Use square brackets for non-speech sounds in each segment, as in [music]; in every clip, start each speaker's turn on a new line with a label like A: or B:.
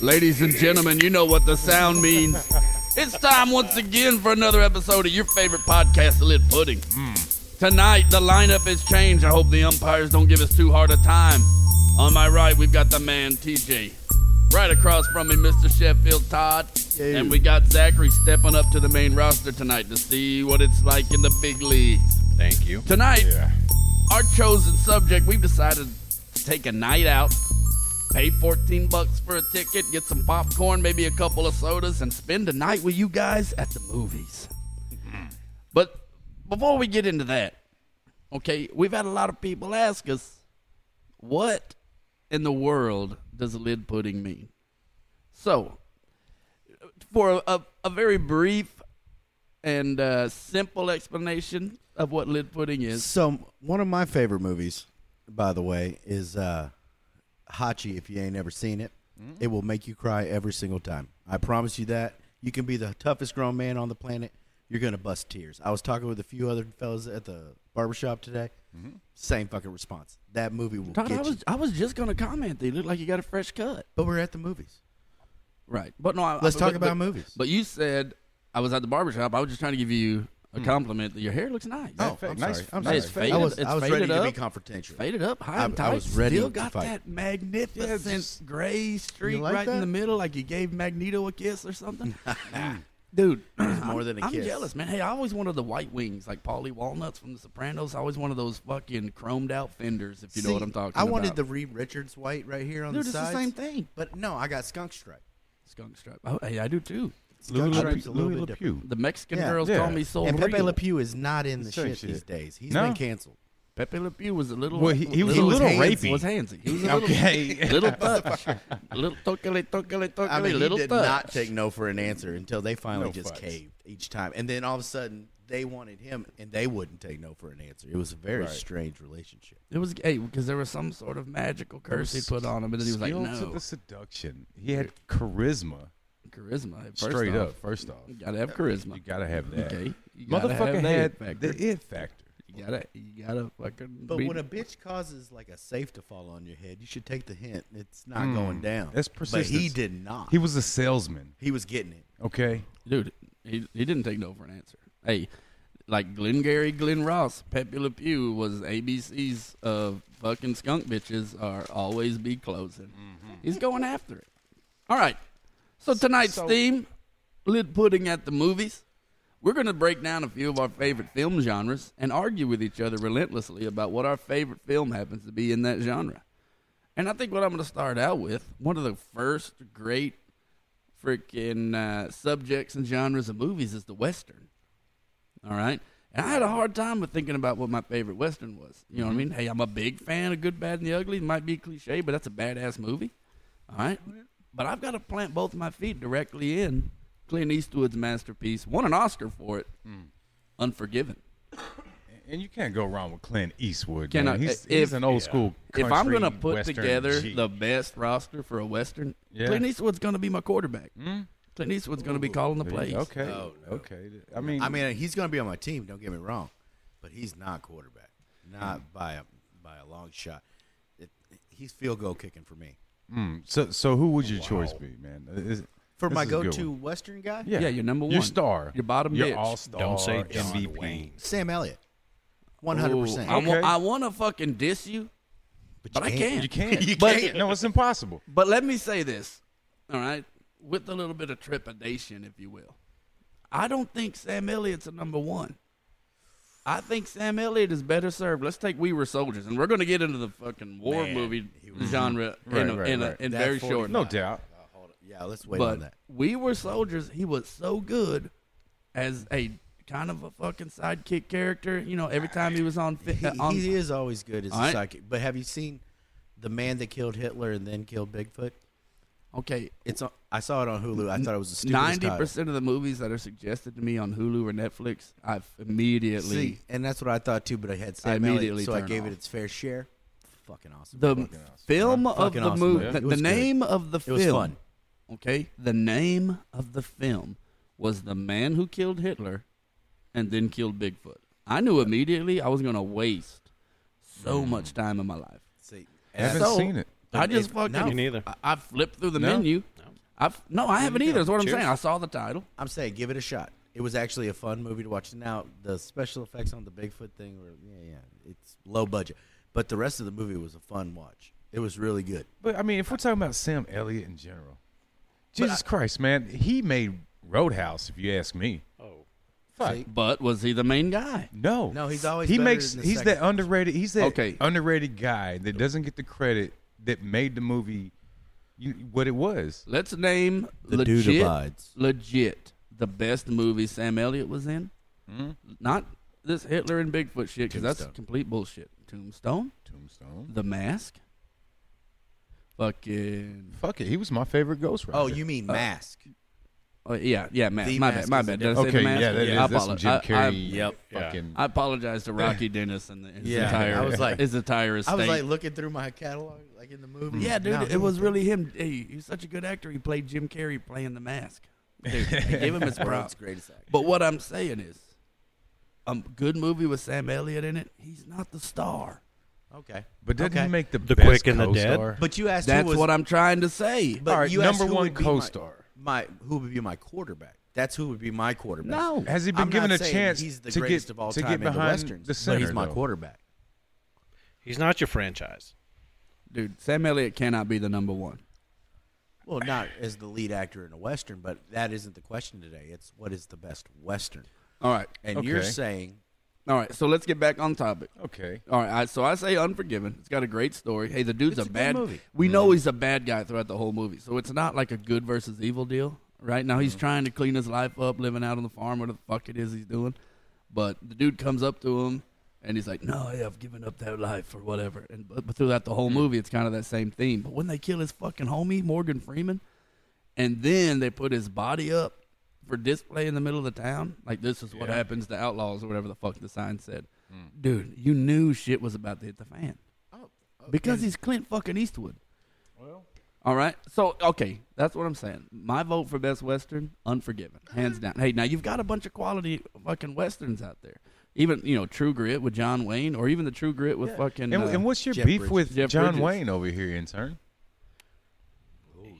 A: Ladies and gentlemen, you know what the sound means. It's time once again for another episode of your favorite podcast, The Lit Pudding. Tonight, the lineup has changed. I hope the umpires don't give us too hard a time. On my right, we've got the man, TJ. Right across from me, Mr. Sheffield Todd.
B: Yeah.
A: And we got Zachary stepping up to the main roster tonight to see what it's like in the big leagues.
C: Thank you.
A: Tonight, our chosen subject, we've decided to take a night out, pay 14 bucks for a ticket, get some popcorn, maybe a couple of sodas, and spend the night with you guys at the movies. But before we get into that, okay, we've had a lot of people ask us, what in the world does lid pudding mean? So, for a, a, a very brief and uh, simple explanation of what lid pudding is,
B: So one of my favorite movies, by the way, is uh, Hachi. If you ain't never seen it,
A: Mm-hmm.
B: it will make you cry every single time. I promise you that. You can be the toughest grown man on the planet. You're gonna bust tears. I was talking with a few other fellas at the barbershop today.
A: Mm-hmm.
B: Same fucking response. That movie will
A: Todd,
B: get
A: I
B: you.
A: was I was just gonna comment that you look like you got a fresh cut.
B: but we're at the movies.
A: Right. But no, I,
B: Let's
A: I-
B: talk
A: Uh, but-
B: about
A: but-
B: movies.
A: But you said I was at the barbershop. I was just trying to give you a compliment that your hair looks nice.
B: Hmm. Oh,
C: fa-
B: I'm
C: nice-
B: sorry. I'm
C: nice
B: sorry.
A: It's faded,
B: I was,
A: it's
B: I was
A: faded
B: ready to
A: up,
B: be confrontational.
A: faded up, high and
B: I- I
A: tight.
B: was ready
A: Still
B: to
A: got
B: fight.
A: that magnificent
C: Yeah, just-
A: gray streak
B: like
A: right in
B: that?
A: the middle, like you gave Magneto a kiss or
B: [laughs]
A: something. Dude,
B: [clears throat] more than
A: [clears throat]
B: a
A: I'm
B: kiss.
A: jealous, man. Hey, I always wanted the white wings, like Paulie Walnuts from The Sopranos. I always wanted those fucking chromed out fenders, if you know
B: See,
A: what I'm talking
B: I
A: about.
B: wanted the Reed Richards white right here on
A: Dude,
B: the
A: it's
B: side.
A: the same thing.
B: But no, I got skunk stripe.
A: Skunk stripe. Oh, hey, I do too.
B: Skunk stripe's a little bit different.
A: The Mexican
B: Yeah.
A: girls
C: Yeah.
A: call me so
B: And Pepe
A: real.
B: Le Pew is not in the
C: Same
B: shit,
C: shit.
B: these days. He's
C: No.
B: been canceled.
A: Pepe Le Pew was a little.
C: Well, he- he was
B: a little
A: hands-
C: rapey.
A: Was handsy. He was a little,
C: Okay.
A: [laughs] little
C: [laughs]
A: touch. little tokele tokele tokele.
B: I mean,
A: little
B: he did
A: touch.
B: not take no for an answer until they finally
C: No
B: just
C: fucks.
B: caved each time, and then all of a sudden they wanted him, and they wouldn't take no for an answer. It was a very
C: Right.
B: strange relationship.
A: It was hey because there was some sort of magical curse he put on him, and then he was like,
C: Skill to
A: no,
C: the seduction. He had charisma.
A: charisma. First
C: straight
A: off,
C: up. First off,
A: you gotta have
C: you
A: charisma.
C: gotta have that.
A: Okay,
C: [laughs]
A: you gotta
C: Motherfucker
A: have that
C: had
A: factor.
C: the it factor.
A: You gotta, you gotta fucking.
B: But
A: be-
B: when a bitch causes like a safe to fall on your head, you should take the hint. It's not going down.
C: Hmm. Mm. That's
B: But he
C: persistence.
B: did not.
C: He was a salesman.
B: he was getting it.
C: Okay.
A: dude, he he didn't take no for an answer. Hey, like Glengarry Glenn Ross, Pepe Le Pew was ABC's uh, fucking skunk bitches are always be closing. He's going after it. All right. So tonight's theme, lid pudding at the movies. We're going to break down a few of our favorite film genres and argue with each other relentlessly about what our favorite film happens to be in that genre. And I think what I'm going to start out with, one of the first great freaking uh, subjects and genres of movies is the Western. All right. And I had a hard time with thinking about what my favorite Western was. You know what I mean? Hey, I'm a big fan of Good, Bad, and the Ugly. It might be cliche, but that's a badass movie. All right. But I've got to plant both my feet directly in Clint Eastwood's masterpiece. Won an Oscar for it. Unforgiven.
C: And you can't go wrong with Clint Eastwood.
A: Can
C: man.
A: I-
C: he's,
A: if-
C: he's an old school.
A: If I'm
C: going to
A: put together the best roster for a Western,
C: Yeah.
A: Clint Eastwood's going to be my quarterback. Clint Eastwood's going to be calling the plays.
C: okay,
A: oh,
C: okay. I mean,
B: I mean, he's going to be on my team. Don't get me wrong, but he's not quarterback, not by a by a long shot. It, he's field goal kicking for me.
C: mm, so so who would your choice be, man? Uh, Is-
B: For
C: this
B: my
C: is a good
B: go-to
C: one.
B: Western guy,
A: Yeah, your number
C: your
A: one.
C: star,
A: Your bottom
C: your
A: bitch.
C: all-star,
D: Don't say John
C: MVP.
D: Wayne.
B: Sam Elliott, one hundred
A: Ooh, I,
B: percent.
C: I'm-
A: wa-
C: Okay.
A: I want to fucking diss you, but, I can't.
C: [laughs] You can't.
B: You
C: but,
B: can't.
C: No, it's impossible.
A: But let me say this, all right, with a little bit of trepidation, if you will. I don't think Sam Elliott's a number one. I think Sam Elliott is better served. Let's take We Were Soldiers, and we're going to get into the fucking war
B: Man,
A: movie
B: he was-
A: genre in,
C: Right,
A: a,
C: right,
A: in, a,
C: right.
A: in
B: That
A: very
B: 45.
A: short.
C: No doubt.
B: Yeah, let's wait
A: but
B: Oh, on that.
A: We Were Soldiers, he was so good as a kind of a fucking sidekick character. You know, every time he was on, fi-
B: He,
A: uh, on
B: he is always good as a
A: All right.
B: psychic. But have you seen the man that killed Hitler and then killed Bigfoot?
A: okay,
B: It's on, I saw it on Hulu. I thought it was the stupidest
A: Ninety
B: title.
A: percent of the movies that are suggested to me on Hulu or Netflix, I've immediately
B: See, and that's what I thought too. But I had Sam
A: Immediately
B: Elliott, so I
A: turn
B: gave
A: off.
B: it its fair share. Fucking awesome.
A: the film of
B: Fucking
A: the
B: awesome
A: movie.
B: movie.
A: The,
B: It was
A: the
B: good.
A: name of the
B: It
A: film.
B: was fun.
A: Okay, the name of the film was "The Man Who Killed Hitler and Then Killed Bigfoot." I knew immediately I was going to waste
B: Mm.
A: so much time in my life.
B: See,
C: I haven't
A: So-
C: seen it.
A: I just
B: if-
A: fucking
B: no.
D: Me neither.
A: I, I flipped through the
C: No?
A: menu. I've no, I haven't either. Is what
D: Cheers.
A: I'm saying. I saw the title.
B: I'm saying give it a shot. It was actually a fun movie to watch. Now the special effects on the Bigfoot thing were yeah, yeah, it's low budget, but the rest of the movie was a fun watch. It was really good.
C: But I mean, if we're talking about Sam Elliott in general, Jesus Christ, man, he made Roadhouse. If you ask me,
D: Oh,
C: fuck.
B: See?
A: But was he the main guy?
C: No,
B: No, he's always
C: he
B: better
C: makes
B: than the
C: he's
B: second.
C: that underrated. He's that
A: Okay.
C: underrated guy that doesn't get the credit that made the movie you, what it was.
A: Let's name
B: The
A: legit,
B: dude abides.
A: legit the best movie Sam Elliott was in. Not this Hitler and Bigfoot shit because that's
B: Tombstone.
A: complete bullshit. Tombstone,
C: Tombstone.
A: The Mask, fucking
C: Fuck it, he was my favorite Ghost Rider.
B: Oh, you mean Mask?
A: oh, yeah, yeah, Mask.
B: The
A: my bad,
B: Mask
A: my
B: is
A: bad.
B: the
A: Did I say
C: okay?
A: the mask?
C: Yeah, that is
A: I
C: that's some
A: apolo-
C: Jim
A: I-
C: Carrey.
A: I- yep.
C: fucking.
A: I apologize to Rocky Dennis and the, his
B: Yeah,
A: entire.
B: I was
A: [laughs]
B: like-
A: his entire estate.
B: I was like looking through my catalog, like in the movie.
A: Yeah, dude,
B: No,
A: it was really him. Hey, he's such a good actor. He played Jim Carrey playing the mask. Dude, they give [laughs]
B: [laughs]
A: him his props.
B: world's greatest actor.
A: But what I'm saying is, a good movie with Sam Elliott in it. He's not the star.
B: Okay,
C: But didn't
B: okay.
C: he make the,
D: The
C: best
D: Quick and the Dead?
C: co-star?
B: But you asked
A: That's
B: who was
A: what I'm trying to say.
B: but
C: All right,
B: you asked
C: number
B: who
C: one
B: would be my-
C: co-star.
B: My, who would be my quarterback? That's who would be my quarterback.
A: No.
C: Has he been
B: I'm
C: given
B: not
C: a
B: saying
C: chance
B: He's the
C: to
B: greatest
C: get
B: of all
C: to
B: time
C: get
B: in
C: behind
B: the westerns.
C: the
B: but he's
C: center,
B: my
C: though.
B: quarterback.
D: he's not your franchise.
A: Dude, Sam Elliott cannot be the number one.
B: Well, not as the lead actor in a western, but that isn't the question today. It's what is the best western?
A: All right,
B: And you're
C: Okay.
B: saying
A: all right. So let's get back on topic.
C: Okay.
A: All right, I, so I say Unforgiven. It's got a great story. Hey, the dude's
B: It's a
A: a
B: good
A: bad.
B: movie.
A: We know he's a bad guy throughout the whole movie, so it's not like a good versus evil deal. Right now, he's trying to clean his life up, living out on the farm, whatever the fuck it is he's doing. But the dude comes up to him, and he's like, "No, hey, I've given up that life or whatever." And but, but throughout the whole movie, it's kind of that same theme. But when they kill his fucking homie Morgan Freeman, and then they put his body up for display in the middle of the town. Like this is what
C: Yeah. Hmm.
A: happens to outlaws or whatever the fuck the sign said. Dude, you knew shit was about to hit the fan. Because he's Clint fucking Eastwood.
C: Oh, Well,
A: All right. So okay, that's what I'm saying. My vote for best western, Unforgiven, hands down. Hey, now you've got a bunch of quality fucking westerns out there. Even you know True Grit with John Wayne, or even the True Grit with fucking.
C: and,
A: uh,
C: and what's your
B: Jeff
C: beef
B: Bridges.
C: with
A: Jeff
C: John
A: Bridges.
C: Wayne over here, intern?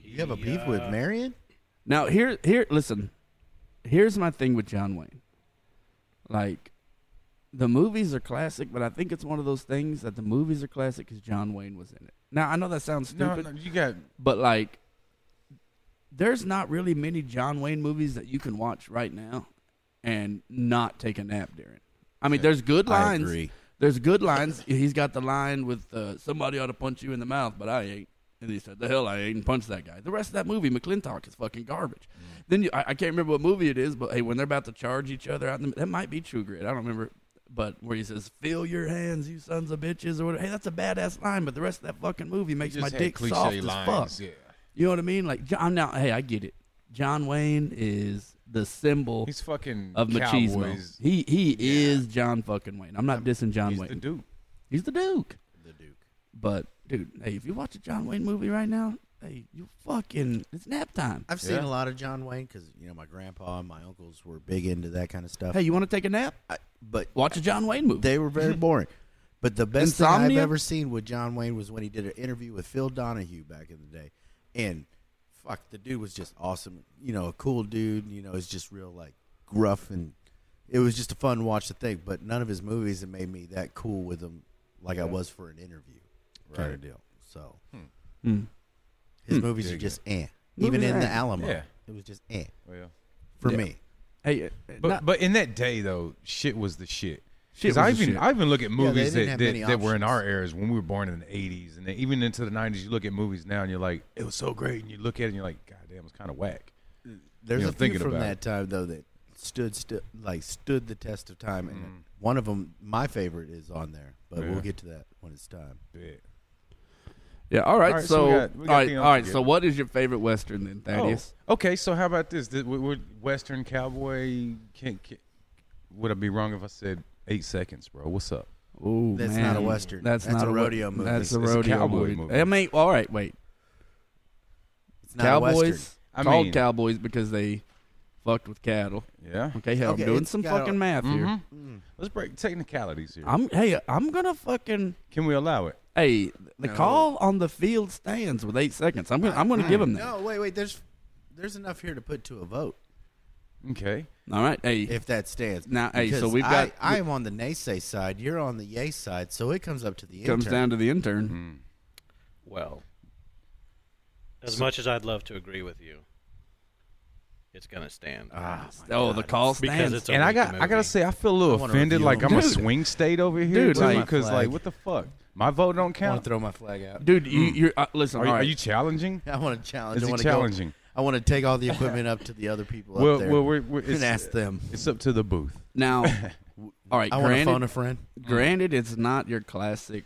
B: you have a beef with Marion.
A: Now here here listen. Here's my thing with John Wayne. Like the movies are classic, but I think it's one of those things that the movies are classic cuz John Wayne was in it. Now I know that sounds
C: No,
A: stupid,
C: no, you got
A: but like there's not really many John Wayne movies that you can watch right now and not take a nap during. I mean, there's good
B: I
A: lines.
B: agree.
A: There's good lines. He's got the line with uh, somebody ought to punch you in the mouth, but I ain't. And he said, "The hell, I ain't and punched that guy." The rest of that movie, McClintock is fucking garbage.
C: Mm.
A: Then you, I, I can't remember what movie it is, but hey, when they're about to charge each other out, in the, that might be True Grit. I don't remember, but where he says, "Feel your hands, you sons of bitches," or whatever. Hey, that's a badass line, but the rest of that fucking movie makes
C: just
A: my
C: had
A: dick
C: cliche
A: soft as fuck.
C: lines. Yeah.
A: You know what I mean? Like John. Now, hey, I get it. John Wayne is the symbol
C: He's fucking
A: of machismo.
C: Cowboys.
A: He he is John fucking Wayne. I'm not dissing John
C: He's
A: Wayne.
C: the dude.
A: He's the Duke.
B: The Duke.
A: But dude, hey, if you watch a John Wayne movie right now, hey, you fucking it's nap time.
B: I've seen
C: Yeah.
B: a lot of John Wayne because you know my grandpa and my uncles were big into that kind of stuff.
A: Hey, you want to take a nap?
B: I, but
A: Watch a John Wayne movie.
B: they
A: [laughs]
B: were very boring. But the best thing
A: Insomnia?
B: I've ever seen with John Wayne was when he did an interview with Phil Donahue back in the day, and fuck, the dude was just awesome. You know, a cool dude. You know, it's just real like gruff, and it was just a fun watch to think. But none of his movies have made me that cool with him like I was for an interview kind of deal. So
A: Hmm.
B: his movies are just eh.
A: Movies
B: Even in
A: are
B: the
A: eh.
B: Alamo,
C: Yeah.
B: it was just eh
C: Well,
B: for
A: Yeah.
B: me.
A: Hey, uh,
C: but
A: not-
C: but in that day though, shit was the shit.
A: Shit was
C: Because I
A: the
C: even
A: shit.
C: I even look at movies
B: didn't
C: that
B: have
C: that,
B: many
C: that were in
B: options.
C: our eras when we were born in the '80s, and then even into the '90s. You look at movies now, and you're like, it was so great, and you look at it, and you're like, God damn, it's kind of whack.
B: There's
C: you know,
B: a few
C: thinking
B: from
C: about
B: that
C: it.
B: time though that stood stu- like stood the test of time, and one of them, my favorite, is on there. But
C: Mm-hmm. Yeah.
B: we'll get to that when it's time.
C: Yeah.
A: yeah, all right.
C: all right, so
A: so
C: we got- we got
A: all right,
C: the
A: all right.
C: unforgiven.
A: So what is your favorite western then, Thaddeus?
C: Oh, okay, so how about this? Th- we- we're Western cowboy. Can, can, would I be wrong if I said eight seconds, bro? What's up?
A: Ooh,
B: That's
A: man.
B: not a western.
A: Oh, That's,
B: That's
A: not
B: a
A: ro-
B: rodeo movie.
A: That's a
C: It's a
A: rodeo
C: cowboy
A: movie.
C: movie.
A: I mean, all right, wait.
B: It's not a western.
A: Cowboys
C: I
A: called
C: mean-
A: Cowboys because they fucked with cattle.
C: Yeah.
A: Okay, hell,
B: Okay,
A: I'm doing
B: it's
A: some
B: cattle.
A: fucking math here.
B: Mm.
C: Mhm. Let's break technicalities here.
A: I'm hey, I'm gonna fucking
C: Can we allow it?
A: hey the
C: No.
A: call on the field stands with eight seconds. I'm gonna I'm gonna give him that.
B: No, wait, wait. There's there's enough here to put to a vote
C: Okay.
A: All right, hey,
B: if that stands.
A: Now, hey, so
B: Because
A: we've
B: I-
A: got-
B: I, am on the naysay side. You're on the yay side. So it comes up to the
A: comes
B: intern.
A: down to the intern.
D: Well, as much as I'd love to agree with you, it's gonna stand
C: Mm-hmm.
A: oh, the call stands.
D: because it's a
C: and I
D: weak
C: got I gotta
D: movie.
C: say I feel a little
B: I wanna
C: offended
B: review
C: like I'm
B: them.
C: a
A: Dude.
C: swing state over here
A: Dude,
C: too,
A: like-
C: because like
B: flag.
C: what the fuck my vote don't
B: I want
C: count.
B: to throw my flag out. [laughs]
A: Dude, you, you're uh, listen.
C: Mm. Are you,
A: all
C: are
A: right.
C: you challenging?
B: I want to challenge.
C: Is
B: I
C: he
B: want to
C: challenging?
B: I want to take
C: [laughs]
B: all the equipment up to the other people
C: Well,
B: up there
C: well, we're, we're, it's,
B: and ask them.
C: it's up to the booth.
A: [laughs]
C: [laughs]
A: now? all right,
B: I want to
A: granted,
B: phone a friend. [laughs]
C: Mm.
A: granted, it's not your classic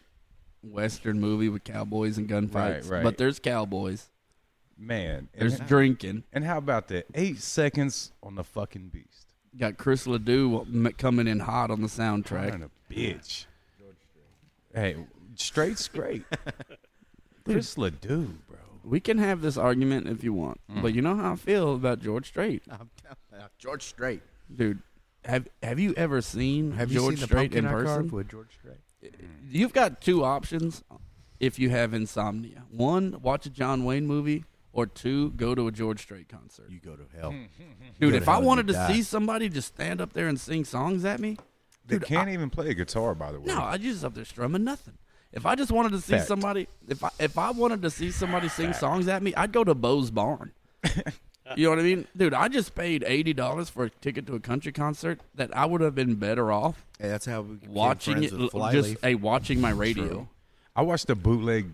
A: Western movie with cowboys and gunfights,
C: right.
A: but there's cowboys,
C: Man,
A: there's
C: and,
A: drinking.
C: and how about that? Eight seconds on the fucking beast.
A: Got Chris Ledoux m- coming in hot on the
C: Son
A: soundtrack.
C: of a bitch. Hey, straight's [laughs] great. Chris Ledoux, bro.
A: We can have this argument if you want,
C: Mm.
A: but you know how I feel about George Strait,
B: I'm telling you, George Strait.
A: dude. Have Have you ever seen
B: Have you
A: George
B: seen the
A: Strait
B: pumpkin
A: in
B: I
A: person?
B: carved with George Strait?
A: You've got two options if you have insomnia. One, watch a John Wayne movie, or two, go to a George Strait concert.
B: You go to hell.
A: Dude,
B: go to
A: if
B: hell
A: I
B: and you
A: wanted to
B: die.
A: see somebody just stand up there and sing songs at me,
C: They
A: Dude,
C: can't even play a guitar, by the way.
A: no, I just up there strumming nothing. If I just wanted to see
C: Fact.
A: somebody, if I if I wanted to see
B: [laughs]
A: somebody sing songs at me, I'd go to Bo's Barn. you know what I mean, dude? I just paid eighty dollars for a ticket to a country concert that I would have been better off
B: Hey, that's how we became
A: watching
B: friends
A: it,
B: with
A: l-
B: Flyleaf.
A: just hey, watching my radio.
C: I watched a bootleg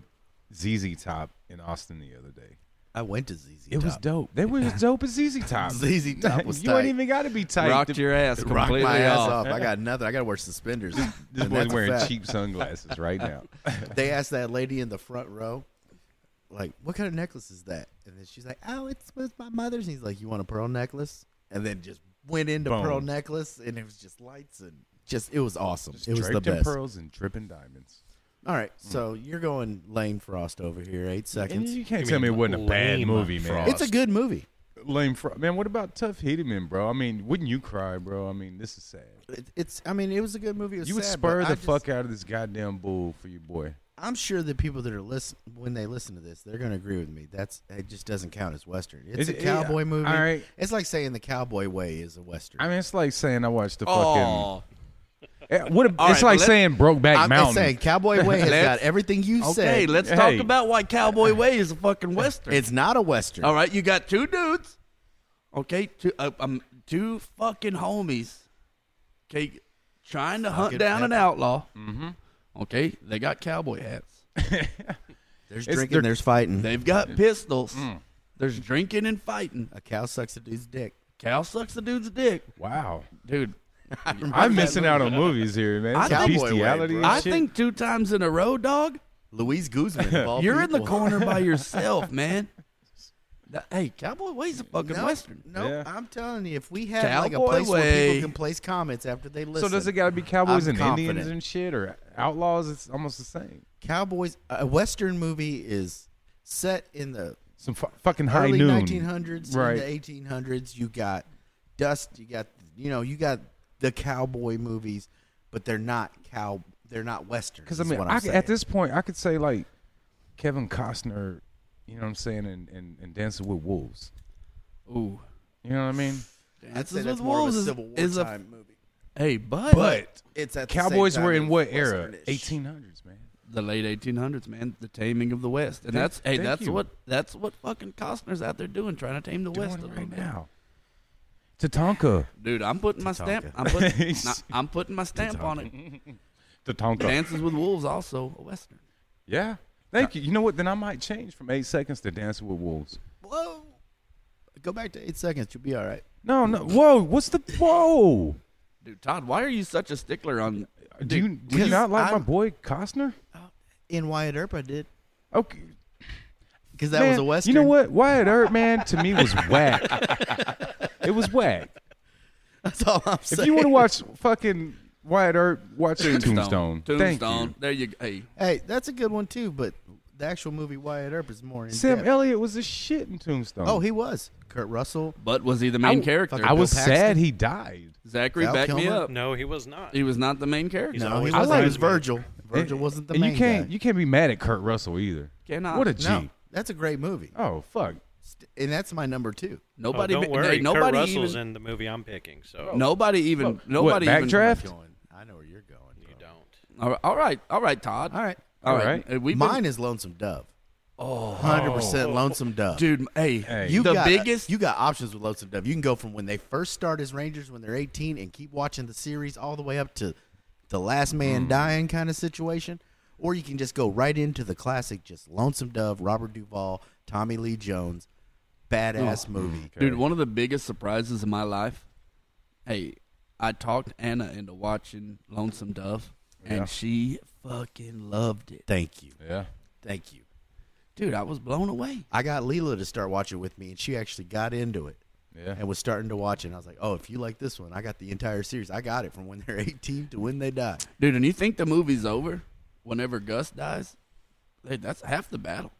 C: ZZ Top in Austin the other day.
B: I went to ZZ.
C: It was
B: [laughs] Top.
C: dope. They [laughs] were as dope as ZZ Top.
B: ZZ Top
C: [laughs]
B: was
C: You
B: tight.
C: ain't even got to be tight.
A: Rocked
C: The-
A: your ass
B: Rock
A: completely
B: my ass
A: off.
B: off. I got nothing. I got to wear suspenders.
C: This boy's
B: And that's a
C: wearing
B: fact.
C: cheap sunglasses right now.
B: [laughs] They asked that lady in the front row, like, "What kind of necklace is that?" And then she's like, "Oh, it's was my mother's." And he's like, "You want a pearl necklace?" And then just went into
C: Boom.
B: pearl necklace, and it was just lights and just it was awesome.
C: Just
B: [laughs] it was the
C: draped in
B: best.
C: pearls and dripping diamonds.
B: All right, so you're going Lane Frost over here. Eight
C: And
B: seconds.
C: you can't
D: You
C: tell me it
D: mean
C: wasn't a bad
D: lame
C: movie, man.
D: fraud.
B: it's a good movie.
C: It's lame, fro- man. What about Tough Hitman, bro? I mean, wouldn't you cry, bro? I mean, this is sad.
B: It, it's. I mean, it was a good movie. It was
C: You would
B: sad,
C: spur
B: but
C: the
B: I just-
C: fuck out of this goddamn bull for your boy.
B: I'm sure the people that are listen when they listen to this, they're going to agree with me. That's it. Just doesn't count as western. It's
C: It-
B: a
C: it-
B: cowboy movie.
C: all right.
B: It's like saying the cowboy way is a western.
C: I mean, it's like saying I watched the
A: Oh,
C: fucking. Eh, What? A,
A: All
C: it's
A: right,
C: like
A: let-
C: saying Brokeback
B: I'm just
C: Mountain.
B: saying cowboy
C: [laughs]
B: way has
A: Let's-
B: got everything you
A: okay.
B: said.
A: Let's
C: Hey.
A: talk about why Cowboy Way is a fucking western.
B: It's not a western.
A: All right, you got two dudes. Okay, two uh, um, two fucking homies. Okay, trying to hunt
B: Fucking
A: down an
B: epic.
A: outlaw. Mm-hmm. Okay, they got cowboy hats.
B: There's
C: It's-
B: drinking.
C: they're-
B: There's fighting.
A: They've got pistols. There's drinking and fighting.
B: a cow sucks a dude's dick.
A: Cow sucks the dude's dick,
C: wow,
A: [laughs] dude.
C: I'm missing out on movies here, man.
A: I
C: It's
A: think-
C: bestiality. and
A: I
C: shit.
A: think two times in a row, dog.
B: Louise
C: [laughs]
B: Guzman. of all
A: You're in the
B: people.
A: corner [laughs] by yourself, man. That- hey, Cowboy Way's a fucking
B: No,
A: western.
B: no,
C: Yeah.
B: I'm telling you, if we had like a
A: Cowboy
B: place where
A: way.
B: people can place comments after they listen,
C: So does it got to be cowboys
B: I'm
C: and Indians
B: confident.
C: and shit or outlaws? It's almost the same.
B: cowboys? A western movie is set in the
C: Some fu- fucking high
B: early
C: noon.
B: 1900s
C: right?
B: into 1800s you got dust you got you know you got the cowboy movies but they're not cow they're not western
C: Because I
B: is
C: mean,
B: what
C: I
B: I'm
C: could- at
B: saying.
C: this point, I could say like Kevin Costner, you know what I'm saying, and, and, and Dancing with Wolves.
A: Ooh,
C: You know what I mean?
B: I'd
A: Dances
B: say that's
A: with
B: more
A: Wolves
B: of
A: is-
B: a civil war
A: is a-
B: time movie
A: hey, but,
B: it's at the same
C: Cowboys
B: time
C: were
B: it
C: in
B: was
C: what era?
B: Western-ish.
C: 1800s, man.
A: the late 1800s, man, the taming of the West, and that's hey,
C: thank
A: that's
C: you.
A: what that's what fucking Costner's out there doing, trying to tame the
C: Doing
A: West a
C: it
A: little
C: right
A: bit.
C: now. Tatanka.
A: Dude, I'm putting my stamp.
B: Tatanka.
A: I'm
C: [laughs]
A: putting, nah, I'm putting my stamp on it.
C: Tatanka.
A: Dances with Wolves also a western.
C: Yeah. Thank you. You know what? Then I might change from eight seconds to Dancing with Wolves.
B: whoa go back to eight seconds you'll be all right
C: No, no. Whoa. What's the whoa?
A: Dude, Todd, why are you such a stickler on?
C: Do you do you
B: because
C: not like my
B: I'm-
C: boy Costner?
B: in Wyatt Earp I did
C: Okay.
B: because that
C: man,
B: was a western
C: You know what? Wyatt Earp, man, to me was whack. it was whack.
B: [laughs] that's all I'm saying
C: If you want to watch fucking Wyatt Earp, watch it in
A: Tombstone.
C: Tombstone. Thank you.
A: There you go. Hey,
B: hey that's a good one too but the actual movie Wyatt Earp is more in
C: Sam
B: depth.
C: Elliott was a shit in Tombstone.
B: Oh, he was Kurt Russell.
A: But was he the main
B: I-
A: character?
B: fuck,
C: I was
B: Bill Paxton.
C: sad he died.
A: Zachary,
B: Val
A: back me
B: Kilmer?
A: up.
D: No, he was not.
A: He was not the main character.
D: He's
B: no, he
D: always
B: was,
D: I like-
B: was Virgil. Virgil wasn't the
C: and
B: main
C: you can't
B: guy.
C: you can't be mad at Kurt Russell either.
A: Cannot.
C: What a G.
B: no, that's a great movie,
C: Oh fuck.
B: St- and that's my number two.
D: Oh,
A: Nobody.
D: don't
A: be-
D: worry.
A: hey, nobody
D: Kurt Russell's
A: even.
D: in the movie I'm picking, so
A: Nobody even. Nobody
C: back
A: even.
C: draft?
B: Going, I know where you're going.
D: you don't.
A: All right, all right, all right, Todd.
B: All right,
A: all
C: All
A: right.
C: right.
A: We
B: mine is Lonesome Dove. Oh, 100 percent Lonesome Dove.
A: dude. Hey,
C: Hey.
A: you
B: you
A: the
B: got,
A: biggest.
B: You got options with Lonesome Dove. You can go from when they first start as Rangers when they're 18 and keep watching the series all the way up to the last
A: Mm.
B: man dying kind of situation, or you can just go right into the classic, just Lonesome Dove, Robert Duvall, Tommy Lee Jones, badass movie.
A: Dude, one of the biggest surprises in my life. Hey, I talked Anna into watching Lonesome Dove,
C: Yeah.
A: and she fucking loved it.
B: Thank you,
C: Yeah.
B: thank you.
A: Dude, I was blown away.
B: I got Leela to start watching with me, and she actually got into it.
C: Yeah.
B: And was starting to watch it. And I was like, "Oh, if you like this one, I got the entire series. I got it from when they're [laughs] 18 to when they die."
A: Dude, and you think the movie's over whenever Gus dies? Hey, that's half the battle.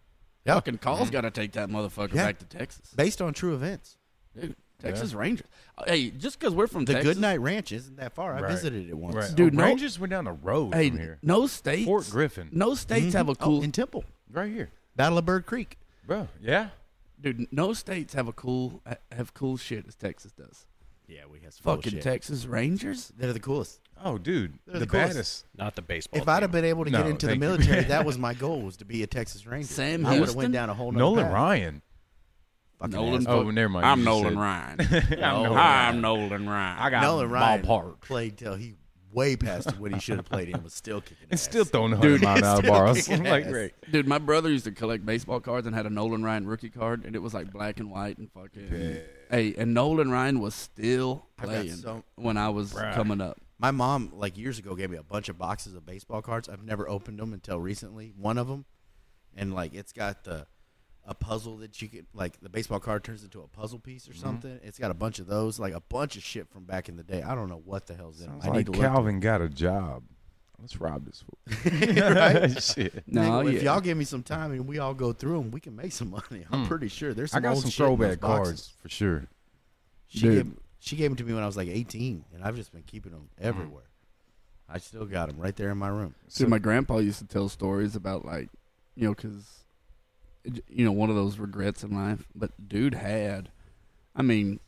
B: Yeah.
A: Fucking Call's got to take that motherfucker
B: Yeah.
A: back to Texas.
B: Based on true events.
A: Dude, Texas Rangers. Uh, Hey, just because we're from
B: The
A: Texas,
B: Goodnight Ranch isn't that far. I
C: Right.
B: visited it once.
C: Right.
A: Dude,
C: Oh,
A: no-
C: Rangers went down the road
A: Hey,
C: from here.
A: no states.
C: Fort Griffin. Mm-hmm.
A: No states have a cool.
B: Oh, in Temple,
C: Right here.
B: Battle of Bird Creek.
C: Bro. Yeah.
A: dude, no states have a cool have cool shit as Texas does.
B: Yeah, we had some
A: Fucking Texas Rangers.
B: They're the coolest.
C: Oh dude.
B: They're
C: the
B: the coolest.
C: baddest.
D: Not the baseball.
B: If I'd have
D: team.
B: been able to
C: No,
B: get into the
C: thank you.
B: military, that was my goal was to be a Texas Ranger.
A: Sam
B: I would have
A: Houston?
B: went down a whole nother
C: Nolan
B: path.
C: Ryan.
B: Fucking
A: Nolan.
B: ass.
C: Oh,
A: fuck-
C: never mind.
A: I'm
C: You just
A: Nolan
C: said- [laughs]
A: Ryan.
C: I'm
A: I'm
C: Nolan Ryan.
A: Nolan Ryan.
C: I got
B: Nolan
C: ball
B: Ryan
C: parked.
B: played till he way past when he should have played and was still kicking.
C: And
B: ass.
C: still throwing a hundred mile an hour bars.
B: kicking
C: like
B: ass.
C: great.
A: Dude, my brother used to collect baseball cards and had a Nolan Ryan rookie card, and it was like black and white and fucking. Hey, and Nolan Ryan was still
B: I've got
A: playing
B: so-
A: when I was
C: Bruh.
A: coming up.
B: My mom, like years ago, gave me a bunch of boxes of baseball cards. I've never opened them until recently. One of them, and like it's got the a puzzle that you could like the baseball card turns into a puzzle piece
C: Mm-hmm.
B: or something. It's got a bunch of those, like a bunch of shit from back in the day. I don't know what the hell's in them.
C: Sounds
B: I
C: like
B: need to look.
C: Calvin got a job. Let's rob this
A: [laughs]
C: fool. Shit.
A: No,
B: Nigga,
A: yeah.
B: if y'all give me some time and we all go through them, we can make some [laughs] money. I'm pretty sure there's.
C: Hmm. I
B: Some
C: got
B: old
C: some
B: shit in those
C: throwback
B: boxes.
C: cards for sure.
B: She
A: Dude.
B: gave, she gave them to me when I was like 18, and I've just been keeping them
C: Hmm.
B: everywhere. I still got them right there in my room.
A: See, my grandpa used to tell stories about like, you know, because, you know, one of those regrets in life. But dude had, I mean,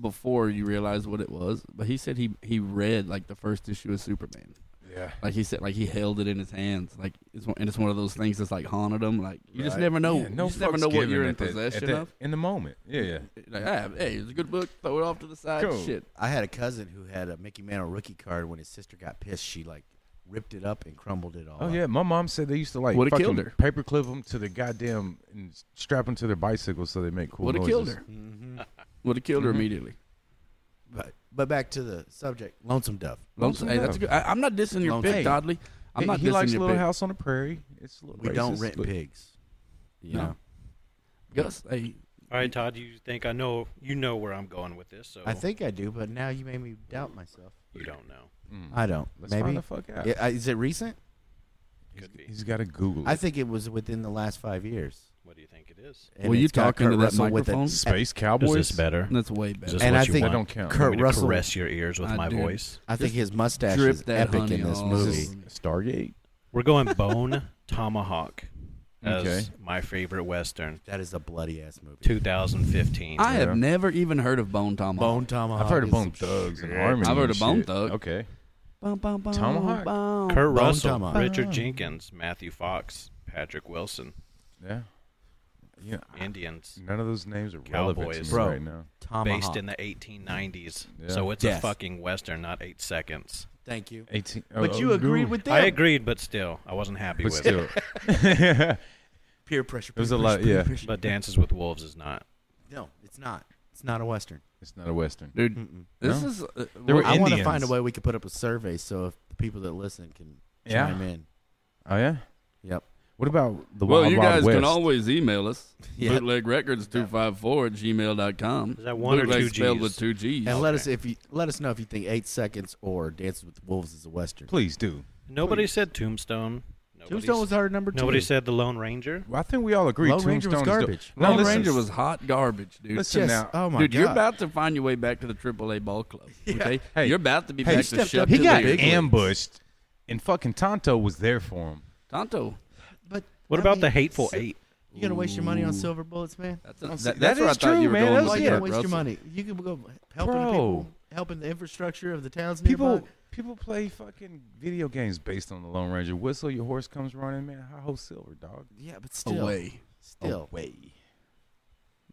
A: before you realize what it was, but he said he he read like the first issue of Superman.
C: Yeah.
A: Like he said, like he held it in his hands, like it's one, and it's one of those things that's like haunted him. Like you just
C: Right.
A: never know,
C: Yeah, no
A: you just never
C: fucks
A: know what
C: given
A: you're in
C: at that- at
A: possession
C: that-
A: of.
C: in the moment. Yeah, yeah.
A: Like, ah, hey, it's a good book. Throw it off to the side.
C: Cool.
A: Shit,
B: I had a cousin who had a Mickey Mantle rookie card. When his sister got pissed, she like ripped it up and crumbled it all.
C: Oh
B: up.
C: yeah, my mom said they used to like
A: Woulda
C: fucking
A: killed her.
C: paperclip them to the goddamn and strap them to their bicycles so they make cool
A: would have
C: noises.
A: killed her. Would have killed her
C: Mm-hmm.
A: immediately.
B: But but back to the subject, Lonesome Dove.
A: Lonesome, hey, that's a
C: Dove.
A: good. I, I'm not dissing your
B: Lonesome
A: pick,
C: Dove.
A: Dodley. I'm
C: he,
A: not
C: he
A: dissing
C: likes
A: your
C: Little
A: pick.
C: House on the Prairie. It's a little
B: We don't
C: racist,
B: rent
C: but-
B: pigs. You
A: No.
B: know,
A: Gus, hey,
D: All right, Todd. You think I know? You know where I'm going with this? So
B: I think I do, but now you made me doubt myself.
D: you don't know.
A: Mm.
B: I don't.
C: mm. Let's
B: Maybe
C: find the fuck out.
B: Yeah, I- is it recent?
C: He's-
D: Could be.
C: he's got to Google.
B: I
C: It.
B: think it was within the last five years.
D: What do you think it is?
B: And
A: Will you
B: it's got
A: talk into
B: Kurt
A: that
B: Russell with a-
A: microphone?
C: Space Cowboys.
D: better?
A: that's way better.
D: Just
B: and
D: what
B: I
D: you
B: think
D: want.
C: That don't count.
B: Kurt
D: to
B: Russell.
D: caress your ears with
A: I
D: my
A: do.
D: voice.
B: I think his mustache
A: drip
B: is
A: that
B: epic
A: honey
B: in this
A: all
C: Is
A: over.
B: movie.
C: this Stargate.
D: We're going Bone Tomahawk as
C: Okay.
D: my favorite western.
B: That is a bloody ass movie.
D: 2015.
A: I
C: Yeah.
A: have never even heard of Bone Tomahawk.
B: Bone Tomahawk.
C: I've heard of
B: is
C: Bone
B: some
C: Thugs and
B: shit.
C: Harmony.
A: Uh, I've heard
C: and
A: of Bone
C: shit.
A: Thug.
C: Okay.
A: Bone, bone, bone,
C: Tomahawk?
A: bone.
D: Kurt
B: Bone
D: Russell,
B: Tomahawk.
D: Richard Jenkins, Matthew Fox, Patrick Wilson,
C: Yeah. You know, I-
D: Indians,
C: none of those names are relevant to
D: Cowboys.
C: me
B: Bro.
C: right now.
B: Tomahawk.
D: based in the 1890s.
C: Yeah.
D: So it's
B: Yes.
D: a fucking western, not eight seconds.
B: Thank you.
C: 18.
B: But you agreed with them.
D: I agreed, but still, I wasn't happy
C: oh, But
D: with
C: still,
D: it.
B: Peer pressure.
C: It was
B: peer
C: a lot-
B: pressure, peer
C: yeah.
B: pressure.
D: But Dances with Wolves is not.
B: no, it's not. It's not a western.
C: it's not a western.
A: Dude, this
C: No.
A: is. Uh,
C: There were
A: well,
B: I want to
C: Indians.
B: find a way we could put up a survey so if the people that listen can
C: Yeah.
B: chime in.
C: Oh yeah.
B: Yep.
C: What about the
A: well,
C: Wild
A: you
C: Wild
A: guys
C: West?
A: can always email us.
B: Yeah.
A: Bootlegrecords254 at gmail.com.
D: Is that one or
A: Bootleg
D: two
A: spelled
D: Gs?
A: with two G's.
B: And let us if you let us know if you think Eight Seconds or Dances with Wolves is a western.
C: Please do.
D: Nobody said Tombstone. Nobody's-
B: Tombstone was our number two.
D: Nobody said the Lone Ranger.
C: Well, I think we all agree.
B: Lone
C: Tombstone
B: Ranger was
C: is dope.
B: garbage.
C: No,
A: Lone
C: listen,
A: Ranger was hot garbage, dude.
C: Listen
B: Just,
C: now.
B: oh my
A: dude,
B: god,
A: you're about to find your way back to the AAA ball club. Okay,
C: Hey,
A: you're about to be back
C: hey, he
A: to
B: stepped up
A: shove
B: to
A: to
B: the
A: the
B: big
A: big leagues.
C: ambushed, and fucking Tonto was there for him.
A: Tonto.
B: But
D: What
B: I
D: about
B: mean,
D: the Hateful
B: si-
D: Eight?
B: You gonna waste your money on silver bullets, man?
A: That's, a,
C: That-
A: that,
C: that
A: that's where I
C: is
A: thought
C: true,
A: you were
C: man.
A: going
C: That
A: with
C: was
B: Why
A: the
B: you
C: yeah,
B: gonna
A: Kurt
B: waste your
A: Russell.
B: money? You can go helping
C: Bro.
B: people, helping the infrastructure of the towns nearby.
C: People, people play fucking video games based on the Lone Ranger. Whistle, your horse comes running, man. How ho silver, dog.
B: yeah, but still,
A: away.
B: still.
C: Away.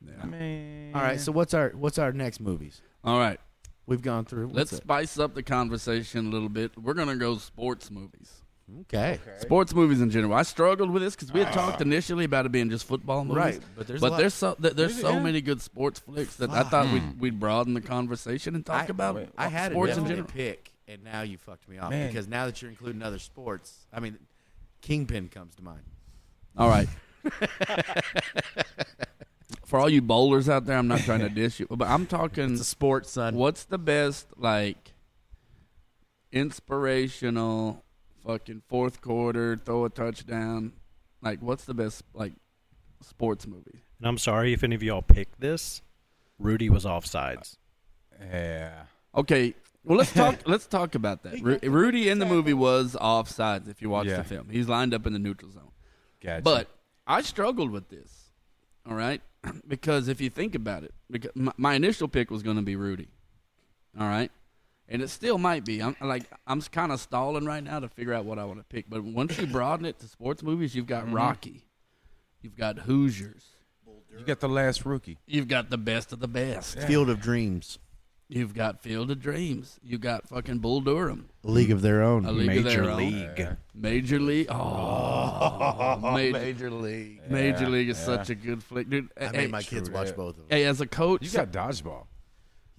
A: Yeah.
C: I mean,
B: All right, so what's our what's our next movies?
A: All right,
B: We've gone through.
A: let's
B: What's it?
A: spice up the conversation a little bit. We're gonna go sports movies.
B: okay.
A: Sports movies in general. I struggled with this because we had talked initially about it being just football movies.
B: Right, but there's a
A: but
B: lot-
A: there's so th- there's
C: There's-
A: so
C: yeah.
A: many good sports flicks that I thought we'd, we'd broaden the conversation and talk
B: I-
A: about.
C: wait,
B: I had
A: sports
B: a
A: in
B: definite
A: general.
B: pick, and now you fucked me off
C: Man.
B: because now that you're including other sports, I mean, Kingpin comes to mind.
A: All right. For all you bowlers out there, I'm not trying to dish you, but I'm talking.
B: It's a sport, son.
A: What's the best like inspirational fucking fourth quarter throw a touchdown? Like, what's the best like sports movie?
D: And I'm sorry if any of y'all picked this. Rudy was offsides.
C: Yeah.
A: Okay. Well, let's talk. let's talk about that. Ru- Rudy in the movie was offsides. If you watch
C: Yeah.
A: the film, he's lined up in the neutral zone.
C: Gotcha.
A: But I struggled with this. All right, [clears throat] because if you think about it, because my, my initial pick was going to be Rudy. All right, and it still might be. I'm like I'm kind of stalling right now to figure out what I want to pick. But once you broaden it to sports movies, you've got Rocky, you've got Hoosiers,
C: you got the last rookie.
A: you've got the best of the best,
B: Field of Dreams,
A: you've got Field of Dreams, you've got fucking Bull Durham.
B: A League of Their Own.
A: A league of
D: Major
A: their
B: Oh,
A: own.
D: League.
A: Major League. Oh,
B: [laughs]
A: Major,
B: League.
A: Major
C: Yeah,
A: League is
C: yeah.
A: such a good flick, dude.
B: I
A: hey,
B: made my kids
C: true
B: watch
C: that.
B: both of them.
A: hey, as a coach,
C: You got dodgeball.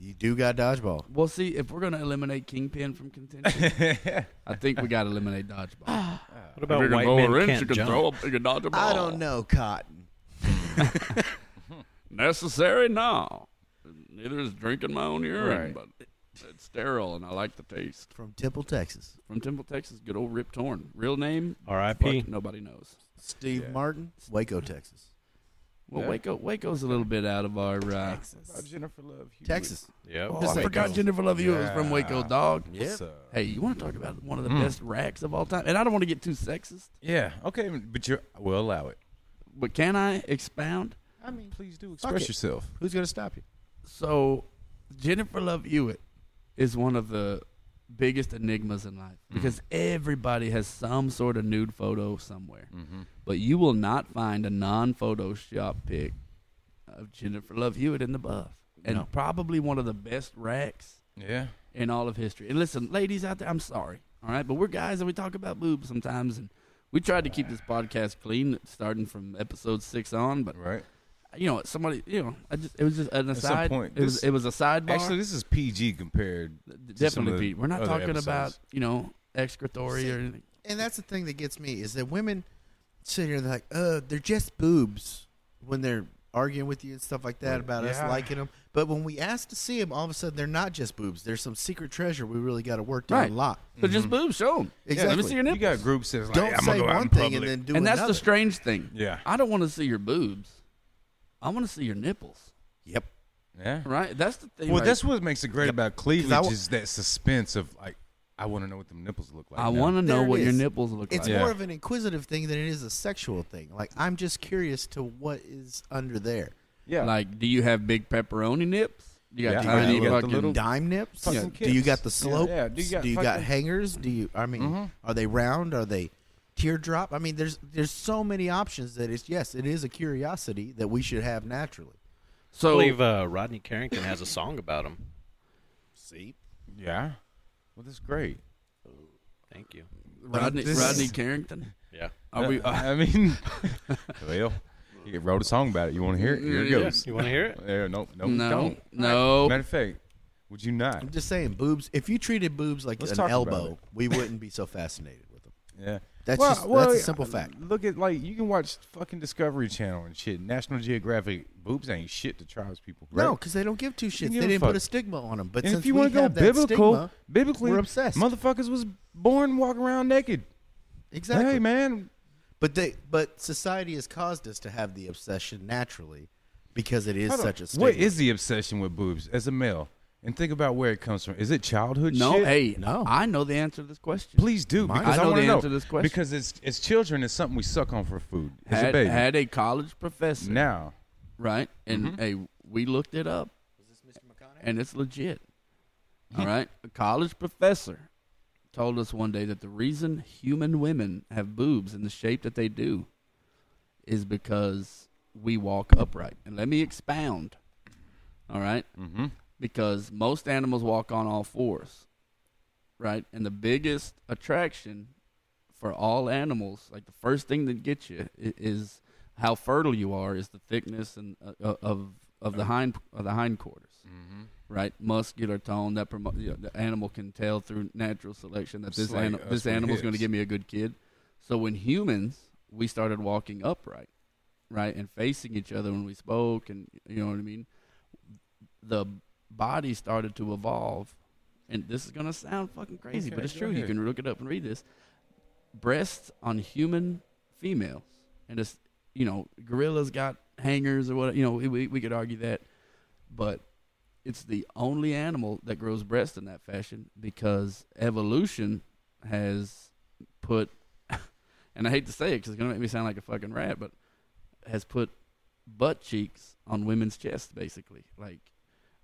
B: You do got dodgeball.
A: Well, see, if we're gonna eliminate Kingpin from
B: [laughs]
A: contention, I think we gotta eliminate dodgeball.
D: What about Ah, white men can't jump?
A: a, you can dodge a
B: I don't know, Cotton.
A: Necessary? No. Neither is drinking my own urine,
C: Right.
A: but it's sterile and I like the taste.
B: From Temple, Texas.
A: From Temple, Texas, good old Rip Torn. Real name?
D: R.I.P.
A: Fuck, nobody knows.
B: Steve
C: Yeah.
B: Martin, Waco, Texas.
A: Well,
C: Yeah.
A: Waco, Waco's a little bit out of our. Uh,
C: About Jennifer Love Hewitt.
B: Texas.
D: Yep.
A: Oh, I forgot Jennifer Love Hewitt was from Waco,
C: Yeah.
A: dog.
C: What's up?
A: Hey, you want to talk about one of the
C: Mm.
A: best racks of all time? And I don't want to get too sexist,
C: Yeah. Okay, but you will allow it.
A: but can I expound?
B: I mean,
C: Please do
B: Fuck
C: express
B: it.
C: yourself.
B: who's going to stop you?
A: So, Jennifer Love Hewitt is one of the biggest enigmas in life because everybody has some sort of nude photo somewhere, but you will not find a non-Photoshop pic of Jennifer Love Hewitt in the buff, and
B: No.
A: probably one of the best racks
C: Yeah.
A: in all of history. And listen, ladies out there, I'm sorry. All right, but we're guys and we talk about boobs sometimes, and we tried to keep this podcast clean starting from episode six on. But
C: Right.
A: you know, somebody, you know, I just it was just an
C: At some
A: aside.
C: point,
A: it was
C: this-
A: it was a sidebar.
C: Actually, this is PG compared. to some of
A: definitely,
C: the
A: Pete. We're not
C: other
A: talking
C: episodes.
A: about you know excretory or anything.
B: And that's the thing that gets me is that women sit here and they're like, uh, they're just boobs when they're arguing with you and stuff like that about
C: Yeah.
B: us liking them. But when we ask to see them, all of a sudden they're not just boobs. There's some secret treasure we really got to work to
A: Right.
B: unlock.
A: They're just boobs. Show them.
B: Exactly.
A: Let me see your
C: Mm-hmm. You
A: nipples.
C: got groups that's like,
B: Don't
C: I'm
B: say
C: gonna go out
B: one
C: in
B: thing
C: public.
B: and then do
A: and that's
B: another.
A: the strange thing.
C: Yeah.
A: I don't want to see your boobs. I want to see your nipples.
B: Yep.
C: yeah.
A: Right. That's the thing.
C: Well,
A: right
C: that's what makes it great about cleavage
B: I wa-
C: is that suspense of like, I want to know what them nipples look like.
A: I
C: now.
A: want to know
B: There it
A: what your
B: is.
A: nipples look
B: It's
A: like.
C: Yeah.
B: more of an inquisitive thing than it is a sexual thing. Like I'm just curious to what is under there.
C: Yeah.
A: Like, do you have big pepperoni nips? You got
C: Yeah,
A: tiny
B: you got
C: the
A: fucking.
C: little- [laughs]
B: Dime nips?
C: Fucking
B: Yeah. Do you
C: kids.
B: got Mm-hmm. the slope?
C: Yeah, yeah. Do you got fucking-
B: hangers? Do you? I mean, are they round? Are they teardrop? I mean, there's there's so many options that it's yes, it is a curiosity that we should have naturally.
D: I
A: so
D: believe uh, Rodney Carrington has a song about him.
B: See,
C: yeah. Well, that's great.
D: Thank you.
A: Rodney,
C: this-
A: Rodney Carrington.
D: Yeah.
A: Are
C: [laughs]
A: we?
C: Uh, I mean,
A: [laughs]
C: well, he wrote a song about it. You want to hear it? Here it
A: Yeah.
C: goes.
D: You want to hear it?
C: Yeah, no, no,
A: No,
C: don't.
A: no.
C: Matter of fact, would you not?
B: I'm just saying, boobs. If you treated boobs like
C: Let's
B: an
C: talk about
B: elbow,
C: it.
B: we wouldn't be so fascinated with them.
C: Yeah.
B: That's just- that's a simple fact.
C: Look at like you can watch fucking Discovery Channel and shit. National Geographic boobs ain't shit to tribes people. Right?
B: No, because they don't give two shits.
C: give
B: They
C: a
B: didn't
C: fuck.
B: put a stigma on them. But
C: and
B: since
C: if you
B: we
C: want to go
B: have that
C: biblical,
B: stigma,
C: biblically,
B: we're obsessed.
C: Motherfuckers was born walking around naked.
B: Exactly.
C: Hey, man.
B: But they but society has caused us to have the obsession naturally because it is
C: hold on.
B: such a stigma.
C: What is the obsession with boobs as a male? And think about where it comes from. Is it childhood
A: No,
C: shit?
A: hey,
B: No.
A: I know the answer to this question.
C: Please do
B: Mine-
C: because
A: I
C: I,
A: know
C: want
A: the
C: to know.
A: answer to this question.
C: Because it's it's children is something we suck on for food as
A: had,
C: a baby.
A: had a college professor,
C: now, Mm-hmm.
A: right? And hey, we looked it up, and it's legit. All right, a college professor told us one day that the reason human women have boobs in the shape that they do is because we walk upright. And let me expound. All right?
C: Mm-hmm.
A: because most animals walk on all fours, right? And the biggest attraction for all animals, like the first thing that gets you, i- is how fertile you are, is the thickness and uh, of of the hind of the hindquarters,
C: Mm-hmm.
A: right? Muscular tone that promo- you know, the animal can tell through natural selection that
C: It's
A: this
C: like
A: animal
C: us
A: this
C: with
A: animal's going to
C: hips.
A: give me a good kid. So when humans we started walking upright, right, and facing each other when we spoke, and you know what I mean the body started to evolve, and this is gonna sound fucking crazy, but
C: Okay,
A: it's
C: go
A: true. You
C: ahead.
A: can look it up and read this. Breasts on human females, and it's you know gorillas got hangers or what you know we- we we could argue that, but it's the only animal that grows breasts in that fashion because evolution has put, [laughs] and I hate to say it because it's gonna make me sound like a fucking rat, but has put butt cheeks on women's chests, basically. Like,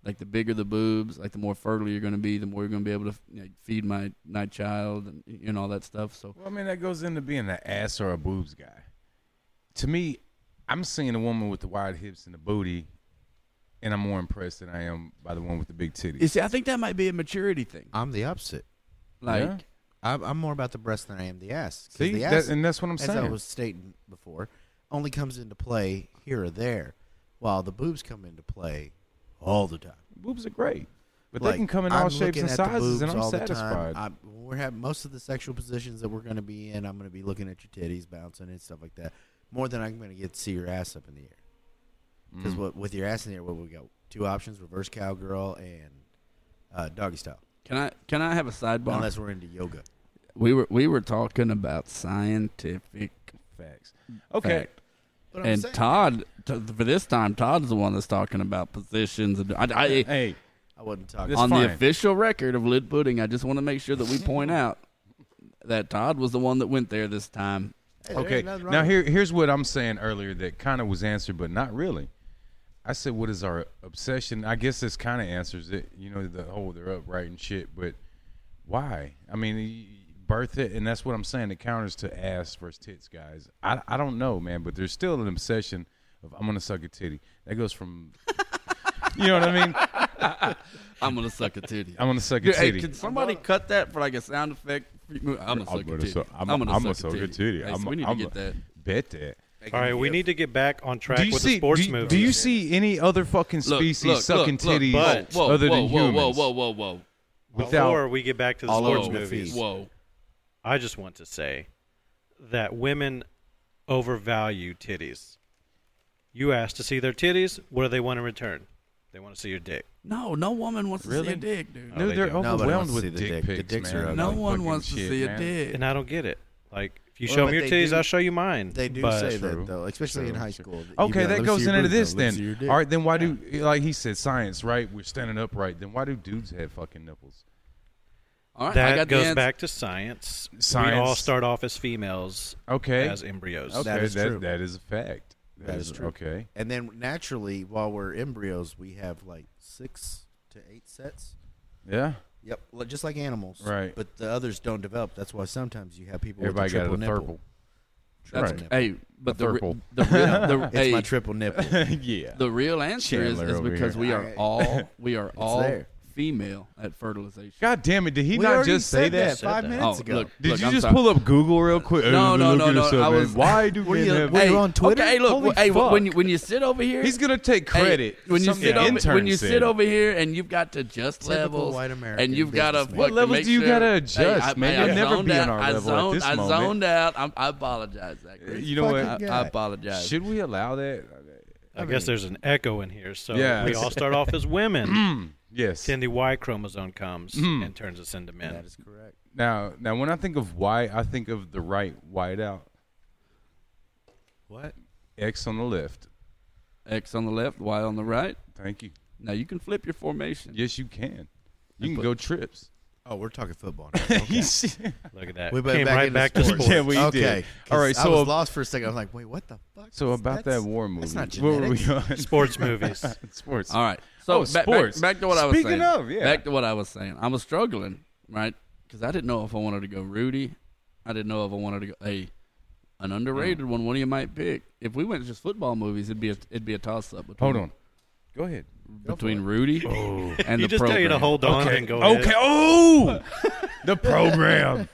A: like the bigger the boobs, like the more fertile you're going to be, the more you're going to be able to you know, feed my my child and you know all that stuff. So
C: well, I mean that goes into being an ass or a boobs guy. To me, I'm seeing a woman with the wide hips and the booty, and I'm more impressed than I am by the one with the big titties.
A: you see, I think that might be a maturity thing.
B: I'm the opposite.
A: Like,
C: Yeah.
B: I'm, I'm more about the breast than I am the ass. 'Cause
C: See,
B: the
C: that-
B: ass,
C: and that's what I'm
B: as I
C: saying.
B: was stating before, only comes into play here or there, while the boobs come into play all the time.
C: boobs are great, but
B: Like,
C: they can come in
B: I'm
C: all shapes
B: looking
C: and
B: at the
C: sizes, and
B: boobs
C: I'm
B: all the time.
C: satisfied.
B: I'm- we're having most of the sexual positions that we're going to be in. I'm going to be looking at your titties bouncing and stuff like that. More than I'm going to get to see your ass up in the air.
C: Mm.
B: Because what with your ass in the air, what we got? Two options: reverse cowgirl and uh, doggy style.
A: can I can I have a sidebar?
B: Unless we're into yoga.
A: we were we were talking about scientific
C: Facts. Okay.
A: fact.
B: But I'm
A: and
B: saying-
A: Todd t- for this time, Todd's the one that's talking about positions. And I, I,
C: Hey,
B: I wasn't talking.
C: This-
A: on
C: fine.
A: the official record of lid pudding, I just want to make sure that we
C: [laughs]
A: point out that Todd was the one that went there this time.
B: Hey, there
C: okay.
B: ain't nothing wrong
C: Now
B: with
C: here, here's what I'm saying earlier that kind of was answered, but not really. I said, "What is our obsession?" I guess this kind of answers it. You know, the whole they're upright and shit, but why? I mean, y- birth it, and that's what I'm saying. It counters to ass versus tits, guys. I I don't know, man, but there's still an obsession of I'm gonna suck a titty. That goes from, [laughs] you know what I mean?
A: I'm gonna suck a titty.
C: I'm gonna suck a
A: Yeah, hey,
C: titty.
A: can somebody cut that for like a sound effect? I'm gonna suck a titty.
C: suck-
A: I'm,
C: I'm
A: gonna
C: I'm
A: suck a titty. Hey, so
C: I'm-
A: we need
C: I'm-
A: to get that.
C: Bet that.
D: All right, we need to get back on track
C: do you
D: with
C: see,
D: the sports
C: do you,
D: movie.
C: Do you see any other fucking
A: Look,
C: species
A: look,
C: sucking
A: look, look,
C: titties
A: whoa, whoa,
C: other
A: whoa,
C: than
A: whoa,
C: humans?
A: Whoa, whoa, whoa, whoa,
C: without-
D: before we get back to the
B: All
D: sports
B: over the
D: movies?
B: feet.
A: whoa.
D: I just want to say that women overvalue titties. You ask to see their titties. What do they want in return? They want to see your dick.
A: No, no woman wants to see
C: Really?
A: a dick, dude.
D: No,
C: No,
D: they
C: they're
D: don't.
B: Nobody
C: overwhelmed
B: wants to see
C: with
B: the
C: dick,
B: dick. The
C: pics,
B: dicks
C: man.
B: are ugly.
A: No
C: Like
A: one
C: fucking
A: wants to
C: shit,
A: see
C: man.
A: a dick.
D: And I don't get it. Like if you
B: Well,
D: show
B: but
D: me your
B: they
D: titties,
B: do-
D: I'll show you mine.
B: They do
D: But-
B: say
C: True.
B: that though, especially in
C: True.
B: high school. You'd be
C: Okay,
B: like,
C: that
B: "Let me
C: goes
B: see your
C: into
B: boobs,
C: this
B: though. Let me see
C: then.
B: your dick."
C: All right, then why do like he said science, right? We're standing upright. Then why do dudes have fucking nipples?
A: All right, I
D: that
A: got the
D: goes
A: answer.
D: back to science. We all
C: Science.
D: start off as females,
C: Okay.
D: as embryos.
C: okay,
B: That is
C: that,
B: true.
C: that is a fact.
B: That is true.
C: Okay.
B: And then naturally, while we're embryos, we have like six to eight sets.
C: Yeah.
B: Yep, li- just like animals.
C: Right.
B: But the others don't develop. That's why sometimes you have people.
C: Everybody
B: with a
C: got a
B: triple
C: purple.
B: nipple.
A: That's,
B: Right.
A: Hey, but the, re-
C: Purple.
A: the
C: [laughs]
A: real, the,
B: It's
A: hey,
B: my triple nipple.
C: yeah.
A: The real answer is,
C: Chandler
A: is
C: over
A: because
C: here.
A: we are
B: Alright.
C: [laughs]
A: all we are all
B: there.
A: female at fertilization.
C: God damn it! Did he
B: We
C: not
B: already
C: just say
B: said
C: that?
B: five
D: that.
B: minutes
A: Oh,
B: ago.
A: look,
C: Did you
A: I'm
C: just
A: sorry.
C: pull up Google real quick?
A: No, no,
C: Look
A: no,
C: at
A: no,
C: yourself,
A: I
C: man.
A: was-
C: Why do
B: Were
C: men
B: you-
C: have?
B: were
A: Hey,
B: you on Twitter?
A: Okay, hey, look,
C: Holy
A: hey,
C: fuck.
A: when you when you sit over here,
C: He's gonna take
A: hey,
C: credit.
A: when you
C: Something
A: sit
C: the
A: over,
C: intern
A: when you
C: said.
A: sit over here and you've got to adjust
B: Typical
A: levels,
B: white American
A: and you've got to
B: businessman.
A: fucking
B: What
C: levels
A: make
C: do you
A: sure-
C: gotta
A: Hey,
C: adjust,
A: I,
C: man?
A: I
C: You'll never
A: zoned
C: be on
A: out-
C: our
A: I
C: level at
A: zoned,
C: this
A: I
C: moment.
A: zoned out. I'm, I apologize, Zachary.
C: you know
B: Fucking
C: what?
B: guy.
A: I apologize.
C: Should we allow that?
D: I guess there's an echo in here, so
C: Yeah. Mm.
A: Hmm,
D: we all start off as women.
C: Yes.
D: Then the Y chromosome comes
C: Mhm.
D: and turns us into men.
B: is correct.
C: Now, now, when I think of Y, I think of the right white out,
B: What?
C: X on the left.
A: X on the left, Y on the right.
C: Thank you.
A: Now you can flip your formation.
C: Yes, you can. You can
A: put-
C: go trips.
B: Oh, we're talking football.
C: [laughs]
D: Look at that.
B: [laughs] We
D: Came right
B: into
D: back to
B: sports. [laughs]
D: sports.
C: Yeah, we did.
B: okay.
C: All right,
B: 'cause
C: so
B: I was
C: ab-
B: lost for a second. I was like, wait, what the fuck?
C: So
B: is-
C: about
B: that's-
C: that war movie,
B: That's not
C: what were we
B: genetics.
C: on?
D: sports movies.
C: sports.
A: All right. So
C: Oh,
A: ba- back-
C: sports.
A: Back, to what I was
C: Speaking
A: saying.
C: of, yeah.
A: Back to what I was saying. I was struggling, right? Because I didn't know if I wanted to go Rudy. I didn't know if I wanted to go a an underrated one. One of you might pick. If we went to just football movies, it'd be a, it'd be a toss up.
C: Hold on. Go ahead.
A: Between Rudy and
D: you
A: the
D: just
A: program.
D: tell you to hold on
C: okay.
D: and go.
C: okay.
D: ahead.
C: Oh, [laughs] the program.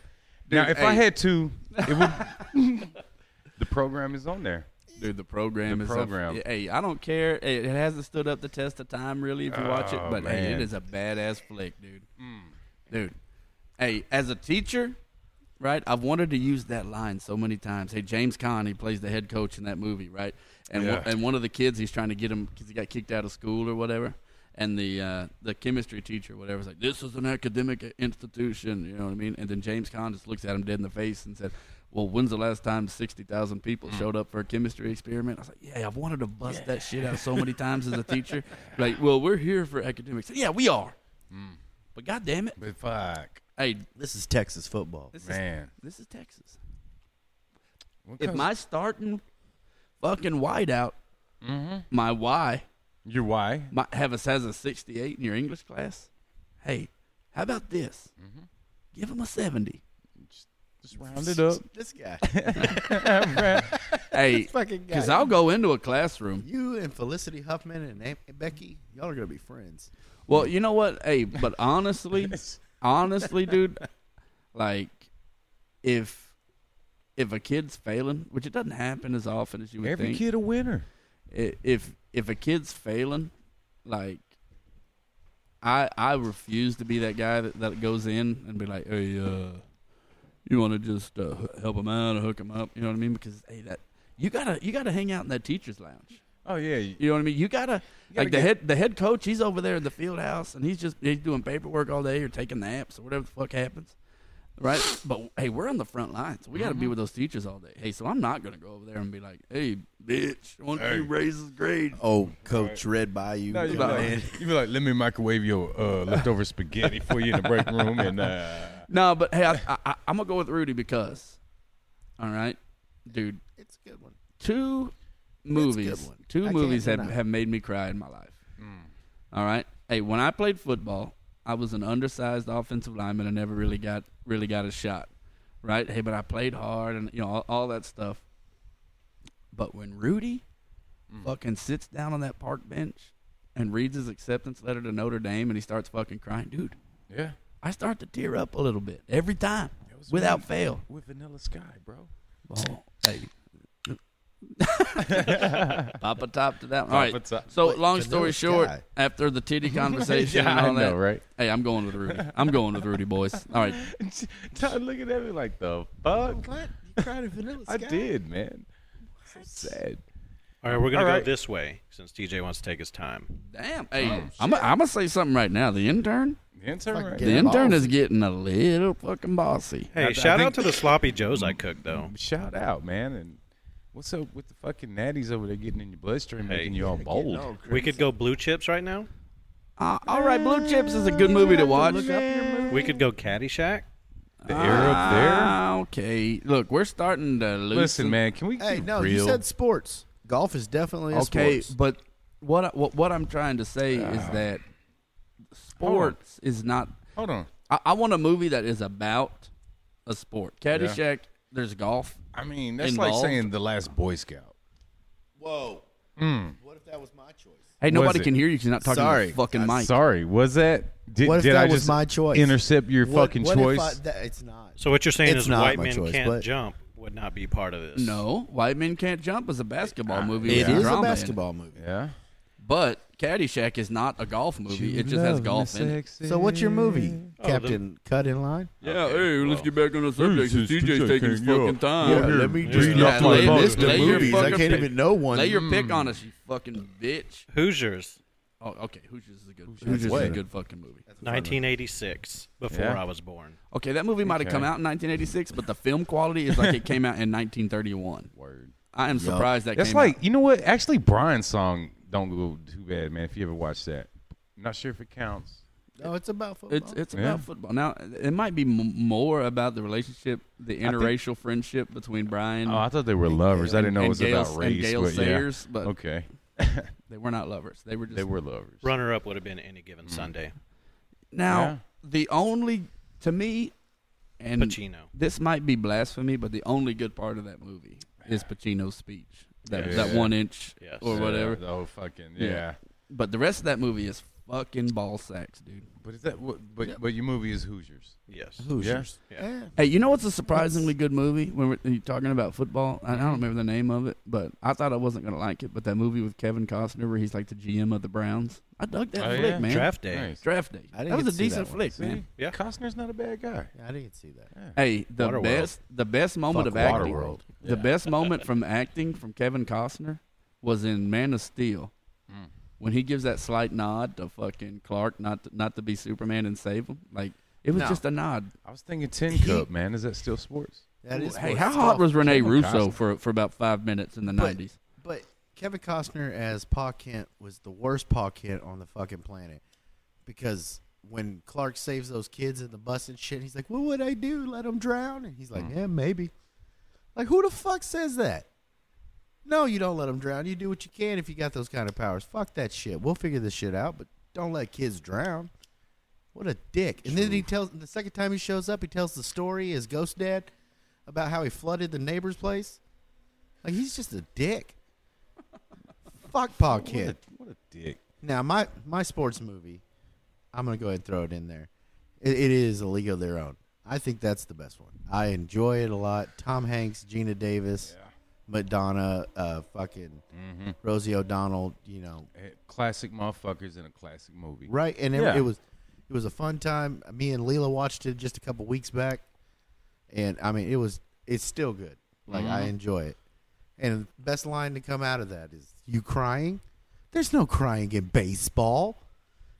C: now,
A: Dude,
C: if I
A: hey.
C: had to, it would. [laughs] the program is on there.
A: Dude, the program
C: The
A: is
C: program.
A: A, hey, I don't care. It, it hasn't stood up the test of time, really, if you watch it.
C: Oh,
A: But hey,
C: man.
A: it is a badass flick, dude. Dude, hey, as a teacher, right? I've wanted to use that line so many times. Hey, James Caan, he plays the head coach in that movie, right? And
C: Yeah.
A: one, and one of the kids, he's trying to get him because he got kicked out of school or whatever. And the uh, the chemistry teacher, whatever, is like, "This is an academic institution," you know what I mean? And then James Caan just looks at him dead in the face and said, "Well, when's the last time sixty thousand people showed up for a chemistry experiment?" I was like, "Yeah, I've wanted to bust that shit out so many times as a teacher." Like, well, we're here for academics. Yeah, we are. But god damn it,
C: But fuck,
A: hey,
B: This is Texas football.
A: this is
C: man.
A: this is Texas.
C: What
A: If
C: kinds-
A: my starting fucking whiteout,
C: Mm-hmm.
A: my Y,
C: your why?
A: my have us has a sixty-eight in your English class. Hey, how about this?
C: Mm-hmm.
A: Give him a
C: [laughs]
A: seventy.
C: Just round it up.
B: This guy.
A: hey,
B: fucking guy.
A: because I'll go into a classroom.
B: You and Felicity Huffman and Aunt Becky, y'all are going to be friends.
A: Well, you know what? Hey,
C: [laughs]
A: but honestly, honestly, dude, like if if a kid's failing, which it doesn't happen as often as you would
C: Every
A: think.
C: kid a winner.
A: i- if if a kid's failing, like I I refuse to be that guy that, that goes in and be like, hey, uh, you want to just uh, h- help him out or hook him up, you know what I mean? Because hey, that you gotta you gotta hang out in that teacher's lounge.
C: Oh yeah. you-
A: You know what I mean? You gotta,
C: gotta
A: like the
C: get-
A: head the head coach. He's over there in the field house and he's just he's doing paperwork all day or taking naps or whatever the fuck happens. Right, but hey, we're on the front lines. We got to be with those teachers all day. Hey, so I'm not gonna go over there and be like, "Hey, bitch, why don't you raise his grade?"
B: Oh, Coach Red Bayou.
C: No, you be,
A: Nah.
C: like, you be like, let me microwave your uh, leftover spaghetti for you in the break room, and uh,
A: No, but hey, I, I, I, I'm gonna go with Rudy because, all right, dude,
B: It's a good one.
A: two
B: That's a good
A: movies,
B: one. I
A: two
B: can't
A: movies have,
B: deny.
A: have made me cry in my life. All right, hey, when I played football, I was an undersized offensive lineman. I never really got really got a shot, right? Hey, but I played hard and you know all, all that stuff. But when Rudy fucking sits down on that park bench and reads his acceptance letter to Notre Dame and he starts fucking crying, dude.
C: [laughs] yeah,
A: I start to tear up a little bit every time, without fail.
C: with Vanilla Sky, bro.
A: Oh,
C: [laughs]
A: hey. Pop a top to that one. All
C: Pop a
A: right.
C: top.
A: So,
B: Wait,
A: long
B: vanilla
A: story short,
B: sky.
A: after the titty conversation
C: [laughs] Yeah,
A: and
C: I
A: all that,
C: know, right?
A: hey, I'm going with Rudy. I'm going with Rudy, boys. All right.
C: Todd looking at me like the fuck.
B: What? You cried at Vanilla
C: I did, man. So sad.
D: All right, we're gonna
C: All
D: go
C: right.
D: this way since DJ wants to take his time.
A: Damn. Hey,
C: Oh,
A: I'm going to say something right now. The intern,
C: The intern,
B: Fucking
C: right?
B: get
A: the
B: Yeah,
A: intern is
B: bossy.
A: getting a little fucking bossy.
D: Hey,
C: I- I
D: shout
C: think-
D: out to the sloppy joes I cooked though.
C: Shout out, man, and what's up with the fucking natties over there getting in your bloodstream,
D: Hey.
C: making you all bold?
D: We could go blue chips right now.
A: Uh, all right, Blue Chips is a good movie to watch.
D: We could go Caddyshack.
C: The air up there.
A: Ah, okay. Look, we're starting to lose.
C: Listen, man, can we?
B: Hey,
C: keep
B: no,
C: real?
B: you said sports. Golf is definitely a
A: Okay,
B: sports.
A: but what, I, what what I'm trying to say is
C: Uh,
A: that sports is not.
C: Hold on.
A: I, I want a movie that is about a sport. Caddyshack. There's golf.
C: I mean, that's
A: Involved.
C: like saying the last Boy Scout.
B: Whoa.
C: Mm.
B: What if that was my choice?
A: Hey, nobody
C: it?
A: can hear you because you're not talking
B: Sorry.
A: to the fucking mic.
C: Sorry, was that? Did,
B: What if
C: did
B: that
C: I
B: was
C: just
B: my choice?
C: Intercept your fucking choice.
B: it's not.
D: So what you're saying
B: It's
D: is
B: not
D: white
B: my
D: men
B: choice,
D: can't
B: but-
D: jump would not be part of this.
A: No, White Men Can't Jump is a basketball movie.
B: It
A: with
B: is a
A: drama in it.
B: basketball movie.
C: yeah.
A: but Caddyshack is not a golf movie. it just has golf in it.
B: So what's your movie,
D: Oh,
B: Captain Cut in Line?
A: Yeah,
D: Okay, hey, let's well. get
A: back on the
C: subject, 'cause since DJ's TJ taking his came, fucking yeah.
B: Uh,
C: time. Yeah, let me
D: just
A: knock my phone.
B: list of
A: Lay your
B: movies. I
A: fucking
B: can't
A: pick.
B: even know one.
A: Lay your pick on us, you fucking bitch.
D: Hoosiers.
A: Oh, okay. Hoosiers is a good. Hoosiers,
B: Hoosiers
A: is
B: way.
A: a good fucking movie.
D: 1986, before
C: Yeah.
D: I was born.
A: Okay, that movie might have
C: Okay.
A: come out in 1986, but the film quality is like it came out in [laughs] 1931.
C: Word.
A: I am surprised that
C: That's
A: came
C: like
A: out.
C: you know what? Actually, Brian's song "Don't Go Too Bad," man. If you ever watched that, not sure if it counts.
B: No, it's about football.
A: It's it's
C: Yeah.
A: about football. Now it might be m- more about the relationship, the
C: think-
A: interracial friendship between Brian
C: Oh, I thought they were lovers. I didn't know it
A: and
C: was
A: Gail,
C: about race.
A: and Gail
C: but yeah.
A: Sayers, but
C: Okay,
A: they were not lovers. They were just
C: they were lovers.
D: Runner up would have been any given Sunday.
A: now
C: Yeah.
A: the only to me and
D: Pacino.
A: this might be blasphemy, but the only good part of that movie is Pacino's speech. That
C: Yes.
A: that
C: Yeah.
A: one inch
D: Yes.
A: or
C: Yeah,
A: whatever.
C: The whole fucking
A: Yeah.
C: yeah.
A: But the rest of that movie is fucking ball sacks, dude.
C: But is that what? But but your movie is Hoosiers.
D: Yes.
B: Hoosiers.
D: Yeah.
A: Hey, you know what's a surprisingly good movie when we're when you're talking about football? I, I don't remember the name of it, but I thought I wasn't gonna like it. But that movie with Kevin Costner where he's like the GM of the Browns, I dug that
C: Oh,
A: flick,
C: yeah?
A: man.
D: Draft day.
C: Nice.
A: Draft day.
B: I didn't
A: that was
B: get
A: a
B: to see
A: decent
B: that one.
A: flick,
C: See,
A: man.
D: Yeah.
C: Costner's not a bad guy.
B: Yeah, I didn't see that.
A: Hey, the
D: Waterworld.
A: best the best moment
B: Fuck
A: of acting,
B: Waterworld.
A: the best
B: [laughs]
A: moment from acting from Kevin Costner was in Man of Steel
B: Hmm.
C: Mm.
A: when he gives that slight nod to fucking Clark not to, not to be Superman and save him. Like it was
B: No.
A: just a nod.
C: I was thinking Tin
B: He-
C: Cup, man. Is that still sports?
B: That is
A: hey,
B: what
A: how
B: it's
A: hot
B: called.
A: was Rene
C: Kevin
A: Russo
C: Costner.
A: for for about five minutes in the
B: But-
A: nineties?
B: But Kevin Costner as Pa Kent was the worst Pa Kent on the fucking planet because when Clark saves those kids in the bus and shit, he's like, "What would I do? Let them drown?" And he's like, "Yeah, maybe." Like, who the fuck says that? No, you don't let them drown. You do what you can if you got those kind of powers. Fuck that shit. We'll figure this shit out, but don't let kids drown. What a dick. And then he tells the second time he shows up, he tells the story his ghost dad about how he flooded the neighbor's place. Like he's just a dick. Fuck Paul Kid.
C: What a dick.
B: Now my my sports movie, I'm gonna go ahead and throw it in there. It, it is a league of their own. I think that's the best one. I enjoy it a lot. Tom Hanks, Gina Davis, Madonna, uh, fucking Rosie O'Donnell. You know,
C: Eh, Classic motherfuckers in a classic movie.
B: right? And it,
C: Yeah.
B: it was it was a fun time. Me and Leela watched it just a couple weeks back, and I mean, it was it's still good. Like I enjoy it. And the best line to come out of that is "You crying? There's no crying in baseball."